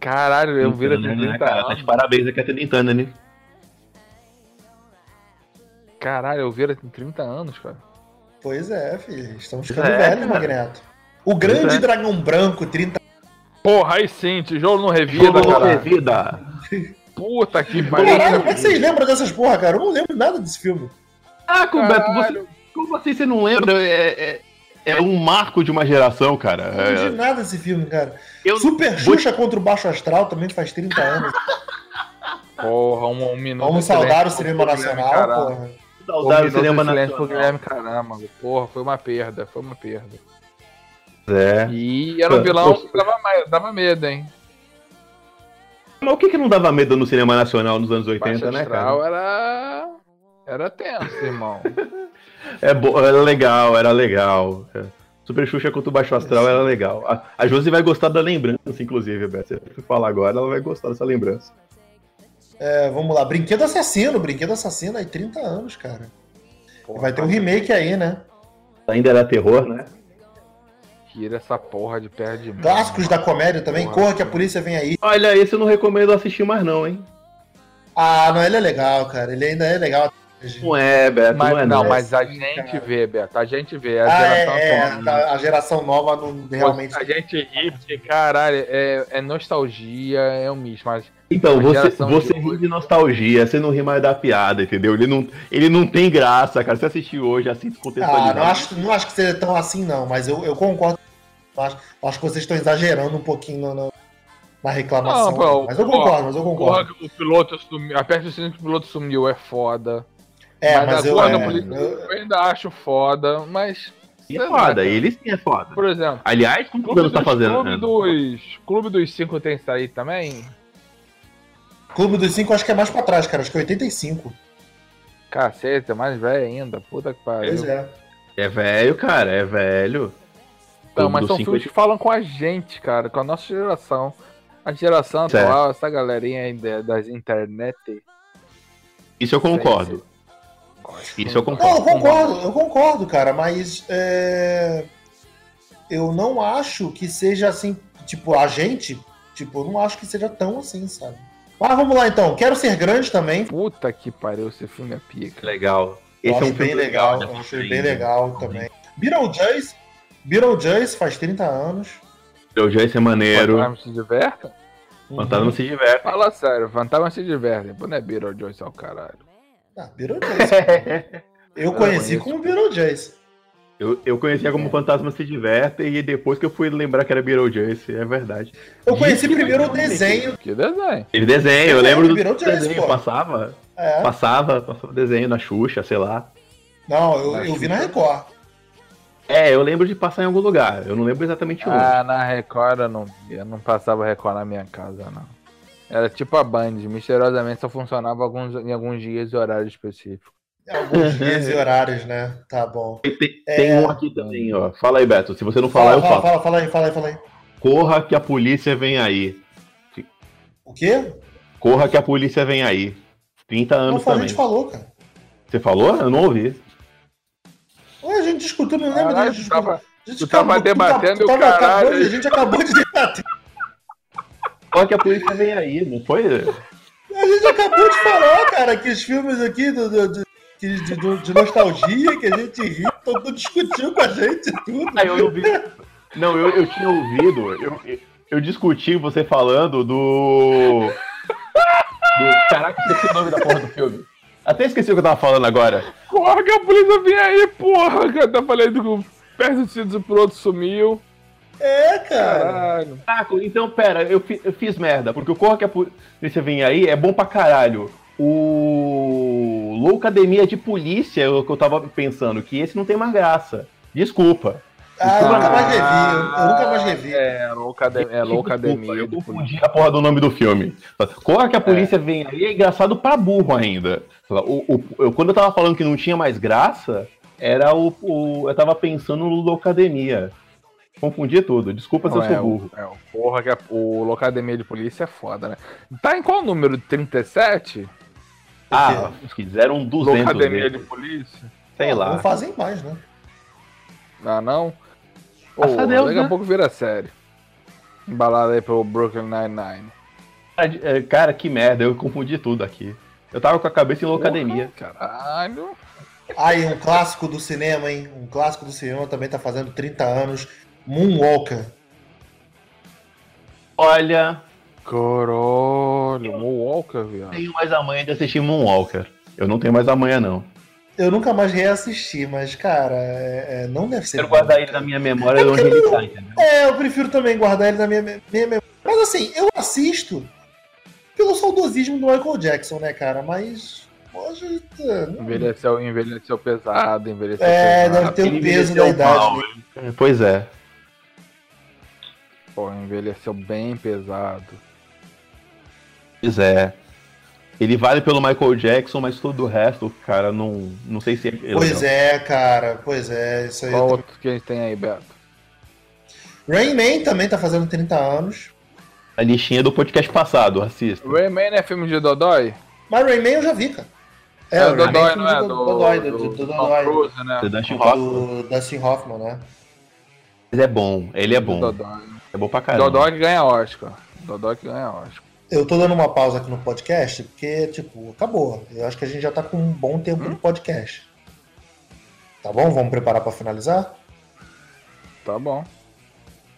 Speaker 3: Caralho, eu viro
Speaker 1: Então,
Speaker 3: tem
Speaker 1: né,
Speaker 3: 30
Speaker 1: cara? Tá de
Speaker 3: anos.
Speaker 1: parabéns a Kathleen Turner, né?
Speaker 3: Caralho, eu viro tem 30 anos, cara.
Speaker 2: Pois é, filho. Estamos ficando
Speaker 1: É,
Speaker 2: velhos,
Speaker 1: cara.
Speaker 2: Magneto. O grande
Speaker 1: Pois é.
Speaker 2: dragão branco, 30
Speaker 3: Porra, aí sim, tijolo não revida,
Speaker 1: Jogo
Speaker 3: cara.
Speaker 1: de vida.
Speaker 3: Puta que
Speaker 2: Caralho,
Speaker 3: pariu.
Speaker 2: como é que vocês lembram dessas porra, cara? Eu não lembro nada desse filme.
Speaker 1: Ah, Beto,
Speaker 3: Caralho.
Speaker 1: você, como assim você não lembra? É, é- é um marco de uma geração, cara.
Speaker 2: Eu não
Speaker 1: É,
Speaker 2: lembro de nada desse filme, cara.
Speaker 1: eu,
Speaker 2: Super Xuxa contra o Baixo Astral também faz 30 anos.
Speaker 3: Porra, um, um minuto.
Speaker 2: Vamos
Speaker 3: de silêncio
Speaker 2: saudar o
Speaker 3: pro
Speaker 2: cinema
Speaker 3: Guilherme
Speaker 2: nacional,
Speaker 3: Caramba.
Speaker 2: porra.
Speaker 3: Um
Speaker 1: saudade do
Speaker 3: minuto de
Speaker 1: cinema
Speaker 3: silêncio pro
Speaker 1: nacional.
Speaker 3: Guilherme Caramba. Porra, foi uma perda, foi uma perda.
Speaker 1: É.
Speaker 3: E era um
Speaker 1: Pô,
Speaker 3: vilão
Speaker 1: pô.
Speaker 3: que dava, mais- dava medo, hein?
Speaker 1: Mas o que que não dava medo no cinema nacional nos anos 80,
Speaker 3: Baixa
Speaker 1: né,
Speaker 3: astral
Speaker 1: cara?
Speaker 3: era. Era tenso, irmão.
Speaker 1: É bo- era legal, era legal. É. Super Xuxa contra o Baixo Astral era legal. A, a Josi vai gostar da lembrança, inclusive, Beto. Se eu falar agora, ela vai gostar dessa lembrança.
Speaker 2: É, vamos lá. Brinquedo Assassino. Brinquedo Assassino aí, 30 anos, cara. Vai ter um remake aí, né?
Speaker 1: Ainda era terror, né?
Speaker 3: Tira essa porra de perto de mim.
Speaker 2: Clássicos da comédia também.
Speaker 3: Porra.
Speaker 2: Corra que a polícia vem aí.
Speaker 1: Olha, esse eu não recomendo assistir mais, não, hein?
Speaker 2: Ah, não, ele é legal, cara. Ele ainda é legal.
Speaker 1: Não é, Beto,
Speaker 3: Mas,
Speaker 1: não é
Speaker 3: não,
Speaker 1: não.
Speaker 3: mas a
Speaker 2: Sim,
Speaker 3: gente
Speaker 2: cara.
Speaker 3: vê, Beto. A gente vê. A
Speaker 2: Ah,
Speaker 3: geração né?
Speaker 2: é, é,
Speaker 3: atual.
Speaker 2: tá, a geração nova não realmente.
Speaker 3: A gente ri, porque, caralho, é, é nostalgia, é um misto, mas.
Speaker 1: Então,
Speaker 3: A
Speaker 1: você,
Speaker 3: geração
Speaker 1: você
Speaker 3: de
Speaker 1: ri
Speaker 3: hoje.
Speaker 1: de nostalgia, você não ri mais da piada, entendeu? Ele não, ele não tem graça, cara. Você tá assistiu hoje, assiste contextualizado.
Speaker 2: Ah, não acho, não acho que seja tão assim, não, mas eu, eu concordo. Eu Acho, eu acho que vocês estão exagerando um pouquinho na- na, na reclamação.
Speaker 3: Não, pô,
Speaker 2: mas eu
Speaker 3: pô,
Speaker 2: concordo, mas eu concordo.
Speaker 3: Porra, que o piloto sumiu. Aperta o sino que o piloto sumiu, é foda.
Speaker 2: é, mas,
Speaker 3: mas a
Speaker 2: eu,
Speaker 3: porra
Speaker 2: é,
Speaker 3: da polícia-
Speaker 2: eu-
Speaker 3: Eu ainda acho foda, mas.
Speaker 1: E
Speaker 3: sei
Speaker 1: é
Speaker 3: lá,
Speaker 1: foda,
Speaker 3: né, cara.
Speaker 1: ele sim é foda.
Speaker 3: Por exemplo.
Speaker 1: Aliás, como o
Speaker 3: Clube
Speaker 1: Thanos
Speaker 3: dos,
Speaker 1: tá fazendo?
Speaker 3: Clube
Speaker 1: né?
Speaker 3: dos, Clube dos Cinco tem isso aí também?
Speaker 2: Clube dos Cinco eu acho que é mais pra trás, cara. Acho que é 85.
Speaker 3: Cacete, é mais velho ainda. Puta que pariu.
Speaker 2: Pois é.
Speaker 1: É velho, cara, é velho.
Speaker 3: Não,
Speaker 1: Clube
Speaker 3: mas
Speaker 1: dos
Speaker 3: são
Speaker 1: Cinco
Speaker 3: filmes
Speaker 1: é
Speaker 3: que falam com a gente, cara, com a nossa geração. A geração
Speaker 1: Certo.
Speaker 3: atual, essa galerinha aí da- das internet.
Speaker 1: Isso eu concordo. Isso eu
Speaker 2: Não, eu
Speaker 1: concordo.
Speaker 2: concordo, eu concordo, cara, mas é, eu não acho que seja assim, tipo, a gente, tipo, eu não acho que seja tão assim, sabe? Mas vamos lá então, quero ser grande também.
Speaker 3: Puta que pariu, esse filme é pica.
Speaker 1: Legal.
Speaker 2: Eu
Speaker 1: Esse é
Speaker 2: acho
Speaker 1: um
Speaker 2: bem
Speaker 1: filme
Speaker 2: legal,
Speaker 1: de
Speaker 2: eu achei
Speaker 1: assistir.
Speaker 2: bem legal também. Beetlejuice, Beetlejuice faz 30 anos.
Speaker 1: Eu já esse é maneiro.
Speaker 3: Fantasma se divertem?
Speaker 2: Uhum.
Speaker 1: Fantasma se diverte.
Speaker 3: Fala sério, Fantasma se divertem. Pô, não é Beetlejuice ao caralho.
Speaker 2: Ah, Beetlejuice. eu
Speaker 1: Ah,
Speaker 2: conheci
Speaker 3: Eu
Speaker 2: como Beetlejuice.
Speaker 1: Eu, eu conhecia
Speaker 2: É.
Speaker 1: como Fantasma se diverte e depois que eu fui lembrar que era Beetlejuice, é verdade.
Speaker 2: Eu conheci primeiro o desenho.
Speaker 3: Que desenho.
Speaker 1: Ele desenho, eu lembro do
Speaker 2: É, Beetlejuice,
Speaker 1: desenho,
Speaker 2: pô.
Speaker 1: passava,
Speaker 2: É.
Speaker 1: passava, passava desenho na Xuxa, sei lá.
Speaker 2: Não, eu, eu vi na Record.
Speaker 1: É, eu lembro de passar em algum lugar, eu não lembro exatamente onde.
Speaker 3: Ah, na Record eu não via. Eu não passava Record na minha casa, não. Era tipo a Band. Misteriosamente só funcionava alguns, em alguns dias e horários específicos.
Speaker 1: Uhum.
Speaker 2: Alguns dias e horários, né? Tá bom.
Speaker 1: Tem, tem um aqui também, ó. Fala aí, Beto, se você não falar,
Speaker 2: Fala,
Speaker 1: eu
Speaker 2: fala,
Speaker 1: falo.
Speaker 2: fala, fala aí, fala aí, fala aí.
Speaker 1: Corra que a polícia vem aí.
Speaker 2: O quê?
Speaker 1: Corra que a polícia vem aí. 30
Speaker 2: Não
Speaker 1: anos
Speaker 2: foi a
Speaker 1: também.
Speaker 2: gente falou, cara.
Speaker 1: Você falou? Eu não ouvi.
Speaker 2: Ué, a gente discutiu, não lembro da
Speaker 3: Caralho,
Speaker 2: gente discutiu.
Speaker 3: tava-
Speaker 2: A gente
Speaker 3: tu tava debatendo e o caralho.
Speaker 2: tá- acabando, A gente acabou de debater.
Speaker 1: Corra que a polícia vem aí, não foi?
Speaker 2: A gente acabou de falar, cara, que os filmes aqui do, do- do- que- de, do- de nostalgia, que a gente ri, todo mundo discutiu com a gente e tudo.
Speaker 1: Ah, eu não vi. Não, eu, eu tinha ouvido. Eu, eu discuti você falando do. do- Caraca, esqueci o nome da porra do filme. Até esqueci o que eu tava falando agora.
Speaker 3: Corre que a polícia vem aí, porra! Que eu até falei do perto do sítio pro outro sumiu.
Speaker 2: É, cara.
Speaker 3: Caralho.
Speaker 1: Caraca, então pera, eu, fi- eu fiz merda, porque o Corra que a Polícia Vem Aí é bom pra caralho. O Loucademia de Polícia é o que eu tava pensando, que esse não tem mais graça. Desculpa.
Speaker 2: Ah, eu nunca mais revi.
Speaker 3: Ah,
Speaker 2: Eu, eu nunca mais revi.
Speaker 3: É, loucademia. É
Speaker 1: Desculpa, É.
Speaker 3: loucademia.
Speaker 1: Eu confundi a porra do nome do filme. Corra que a polícia vem aí é engraçado pra burro ainda. O, o- eu- quando eu tava falando que não tinha mais graça, Era o, o- Eu tava pensando no Locademia. Confundi tudo. Desculpa se eu
Speaker 3: Não,
Speaker 1: sou
Speaker 3: é, o,
Speaker 1: burro.
Speaker 3: é, o porra que é, o Locademia de Polícia é foda, né? Tá em qual número? 37?
Speaker 1: Ah,
Speaker 3: é.
Speaker 1: fizeram 200
Speaker 3: Locademia de
Speaker 1: vezes.
Speaker 3: Polícia?
Speaker 1: Sei
Speaker 2: Não
Speaker 1: lá.
Speaker 2: fazem mais, né?
Speaker 3: Ah, não? Pô,
Speaker 1: Graças a Deus,
Speaker 3: daqui a
Speaker 1: né?
Speaker 3: pouco vira série. Embalada aí pelo Brooklyn Nine-Nine.
Speaker 1: É, Cara, que merda. Eu confundi tudo aqui. Eu tava com a cabeça em Locademia.
Speaker 3: Porra, Caralho.
Speaker 2: Aí, um clássico do cinema, hein? Um clássico do cinema também tá fazendo 30 anos. Moonwalker.
Speaker 1: Olha,
Speaker 3: Caralho. Moonwalker, viado.
Speaker 1: tenho mais amanhã de assistir Moonwalker. Eu não tenho mais amanhã, não.
Speaker 2: Eu nunca mais reassisti, mas, cara, é- é, não deve ser.
Speaker 1: Quero
Speaker 2: bom.
Speaker 1: guardar ele na minha memória de onde ele tá, entendeu?
Speaker 2: É, eu prefiro também guardar ele na minha, minha memória. Mas assim, eu assisto pelo saudosismo do Michael Jackson, né, cara? Mas hoje. tá, não-
Speaker 3: Envelheceu, envelheceu pesado, envelheceu
Speaker 2: É,
Speaker 3: pesado.
Speaker 2: deve ter o
Speaker 1: Ele
Speaker 2: peso da
Speaker 1: envelheceu
Speaker 2: idade.
Speaker 1: mal, É, Pois é.
Speaker 3: Pô, envelheceu bem pesado.
Speaker 1: Pois é. Ele vale pelo Michael Jackson, mas todo o resto, cara, não, não sei se é.
Speaker 2: Pois é, cara. Pois é, isso aí.
Speaker 3: Qual outro que a gente tem aí, Beto?
Speaker 2: Rain Man também tá fazendo 30 anos.
Speaker 1: A listinha do podcast passado, assista.
Speaker 3: Rayman é filme de Dodói?
Speaker 2: Mas Rain Man eu já vi, cara.
Speaker 3: É,
Speaker 2: o
Speaker 3: o Dodói, não é?
Speaker 2: Do,
Speaker 3: Do,
Speaker 2: do, Dodói, do, do, do
Speaker 3: Tom
Speaker 2: Dodói.
Speaker 3: Cruise, né?
Speaker 1: The Dustin Hoffman.
Speaker 2: Do Dustin Hoffman, né?
Speaker 1: Mas é bom, ele é bom.
Speaker 3: Dodói.
Speaker 1: É bom pra caramba.
Speaker 3: Dodói que ganha Oscar. Dodói que ganha Oscar.
Speaker 2: Eu tô dando uma pausa aqui no podcast, porque, tipo, acabou. Eu acho que a gente já tá com um bom
Speaker 3: Hum?
Speaker 2: tempo de podcast. Tá bom? Vamos preparar pra finalizar?
Speaker 3: Tá bom.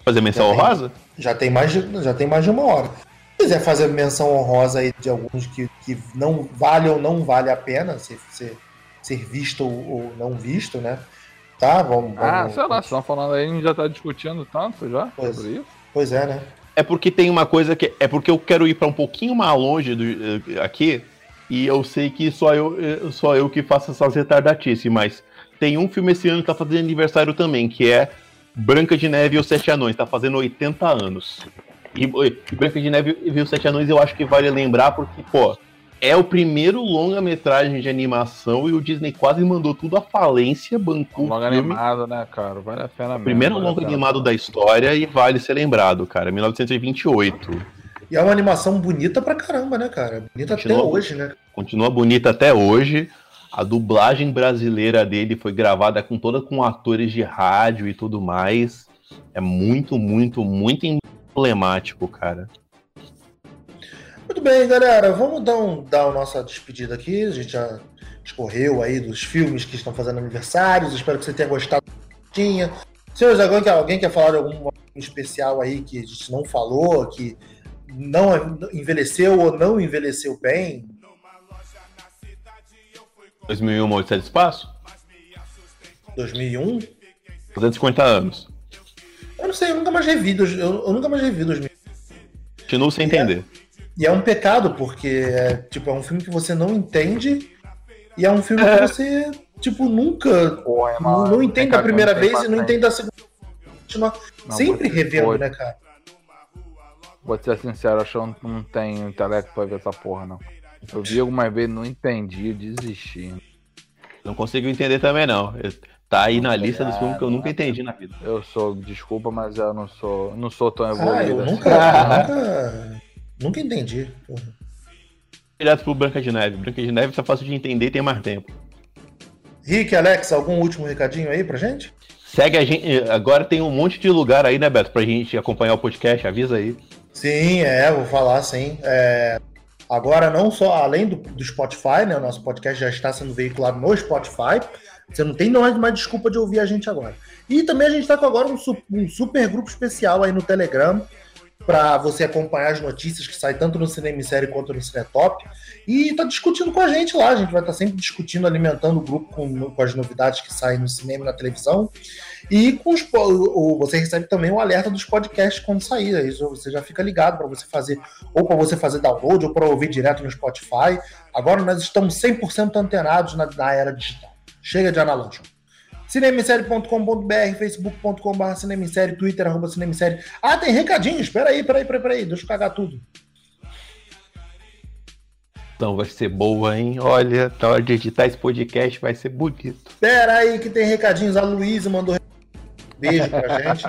Speaker 1: Fazer menção
Speaker 2: Também.
Speaker 1: honrosa?
Speaker 2: Já tem mais de, já tem mais de uma hora. Se quiser fazer menção honrosa aí de alguns que, que não vale ou não vale a pena ser, ser, ser visto ou, ou não visto, né? Tá, vamos.
Speaker 3: Ah,
Speaker 2: vamos-
Speaker 3: sei lá, vocês estão falando aí, a gente já tá discutindo tanto já
Speaker 2: Pois.
Speaker 3: sobre isso. Tá
Speaker 2: Pois é, né?
Speaker 1: É porque tem uma coisa que. É porque eu quero ir pra um pouquinho mais longe do, eh, aqui. E eu sei que só eu, eh, só eu que faço essas retardatices, mas tem um filme esse ano que tá fazendo aniversário também, que é Branca de Neve e os Sete Anões, tá fazendo 80 anos. E, e Branca de Neve e os Sete Anões eu acho que vale lembrar, porque, pô, é o primeiro longa-metragem de animação e o Disney quase mandou tudo à falência, bancou
Speaker 3: Um logo
Speaker 1: o filme.
Speaker 3: animado, né, cara? Vale a pena mesmo. né,
Speaker 1: Primeiro
Speaker 3: vale a
Speaker 1: longa
Speaker 3: pena.
Speaker 1: animado da história e vale ser lembrado, cara. 1928.
Speaker 2: E é uma animação bonita pra caramba, né, cara? Bonita até
Speaker 1: Continua.
Speaker 2: hoje, né?
Speaker 1: Continua bonita até hoje. A dublagem brasileira dele foi gravada com toda com atores de rádio e tudo mais. É muito, muito, muito emblemático, cara.
Speaker 2: Muito bem, galera. Vamos dar, um, dar a nossa despedida aqui. A gente já escorreu aí dos filmes que estão fazendo aniversários. Espero que você tenha gostado. Tinha. Senhores, alguém quer, alguém quer falar de algum especial aí que a gente não falou, que não é, envelheceu ou não envelheceu bem?
Speaker 1: 2001, Odisseia do é Espaço?
Speaker 2: 2001?
Speaker 1: 250 anos.
Speaker 2: Eu não sei, eu nunca mais revi. dois- Eu, eu nunca mais revi 2001.
Speaker 1: Continuo sem entender.
Speaker 2: E é um pecado, porque é, tipo, é um filme que você não entende e é um filme que você, tipo, nunca
Speaker 3: Porra, é
Speaker 2: não,
Speaker 3: uma-
Speaker 2: não entende
Speaker 3: tem
Speaker 2: a primeira
Speaker 3: cabelo,
Speaker 2: vez e né, não
Speaker 3: patente.
Speaker 2: entende a segunda. Continua
Speaker 3: Não,
Speaker 2: sempre
Speaker 3: pode-
Speaker 2: revendo,
Speaker 3: pode.
Speaker 2: né, cara?
Speaker 3: Vou ser sincero, acho que eu não- não tenho intelecto pra ver essa porra, não. Eu vi algumas vezes, não entendi, desisti.
Speaker 1: Não consigo entender também, não. Eu- Tá aí na lista dos filmes que eu nunca entendi na vida.
Speaker 3: Eu sou, desculpa, mas eu não sou, não sou tão
Speaker 2: Ah,
Speaker 3: evoluído
Speaker 2: eu
Speaker 3: assim.
Speaker 2: nunca, eu nunca, nunca entendi. porra.
Speaker 1: Direto pro Branca de Neve. Branca de Neve tá fácil de entender e tem mais tempo.
Speaker 2: Rick, Alex, algum último recadinho aí pra gente?
Speaker 1: Segue a gente. Agora tem um monte de lugar aí, né, Beto? Pra gente acompanhar o podcast, avisa aí.
Speaker 2: Sim, é, vou falar sim. É, agora, não só além do, do Spotify, né? O nosso podcast já está sendo veiculado no Spotify. Você não tem mais, mais desculpa de ouvir a gente agora. E também a gente está com agora um, su- um super grupo especial aí no Telegram para você acompanhar as notícias que saem tanto no Cinema em Série quanto no Cinetop. E tá discutindo com a gente lá. A gente vai estar sempre discutindo, alimentando o grupo com, com as novidades que saem no cinema e na televisão. E com os, po- o, o- você recebe também o alerta dos podcasts quando sair. Aí já- você já fica ligado para você fazer, ou para você fazer download, ou para ouvir direto no Spotify. Agora nós estamos 100% antenados na, na era digital. Chega de analógico. Cinemissérie.com.br, facebook.com.br, cinemissérie, twitter, arroba cinemissérie. Ah, tem recadinhos, peraí, peraí, peraí, peraí, deixa eu cagar tudo.
Speaker 1: edição Então vai ser boa, hein? Olha, na hora de editar esse podcast vai ser bonito.
Speaker 2: Pera aí que tem recadinhos. A Luísa mandou beijo pra gente.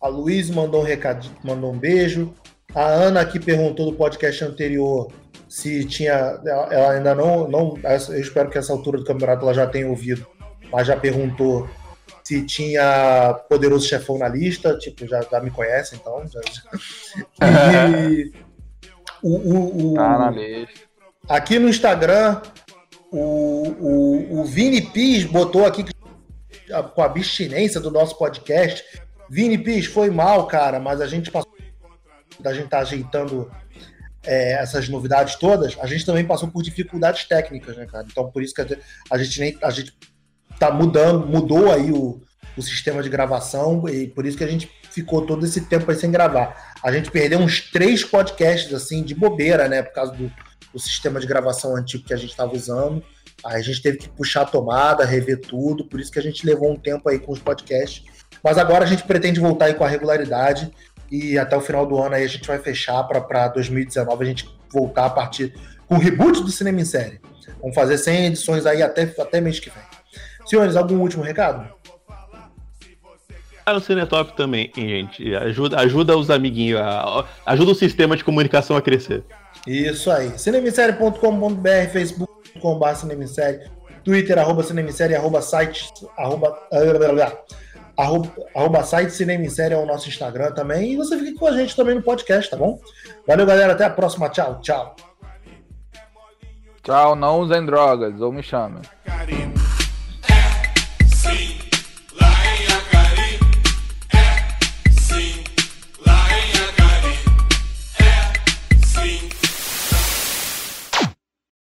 Speaker 2: A Luísa mandou um recadinho, mandou um beijo. A Ana que perguntou do podcast anterior se tinha. Ela ela ainda não. não eu espero que essa altura do campeonato ela já tenha ouvido. Mas já perguntou se tinha poderoso chefão na lista. Tipo, já, já me conhece, então. já- já- E o, o- o-
Speaker 3: É. Tá na lista.
Speaker 2: aqui no Instagram, o, o, o Vini Pis botou aqui que- a- com a abstinência do nosso podcast. Vini Pis, foi mal, cara, mas a gente passou. A gente tá ajeitando é, essas novidades todas. A gente também passou por dificuldades técnicas, né, cara? Então, por isso que a gente, a gente nem. A gente tá mudando, mudou aí o, o sistema de gravação e por isso que a gente ficou todo esse tempo aí sem gravar. A gente perdeu uns três podcasts, assim, de bobeira, né? Por causa do, o sistema de gravação antigo que a gente estava usando. Aí a gente teve que puxar a tomada, rever tudo, por isso que a gente levou um tempo aí com os podcasts. Mas agora a gente pretende voltar aí com a regularidade e até o final do ano aí a gente vai fechar para 2019 a gente voltar a partir com o reboot do Cinema em Série. Vamos fazer 100 edições aí até, até mês que vem. Senhores, algum último recado?
Speaker 1: Ah, no Cinetop também, hein, gente? Ajuda, ajuda os amiguinhos, a- ajuda o sistema de comunicação a crescer.
Speaker 2: Isso aí. Cinemissérie.com.br, facebook.com.br cinemissérie, twitter, arroba cinemissérie, arroba site, arroba, ah, arroba, arroba site cinemissérie é o nosso Instagram também. E você fica com a gente também no podcast, tá bom? Valeu, galera. Até a próxima. Tchau, tchau.
Speaker 3: Tchau, não usem drogas, ou me chamem.
Speaker 4: Carimba. É, É,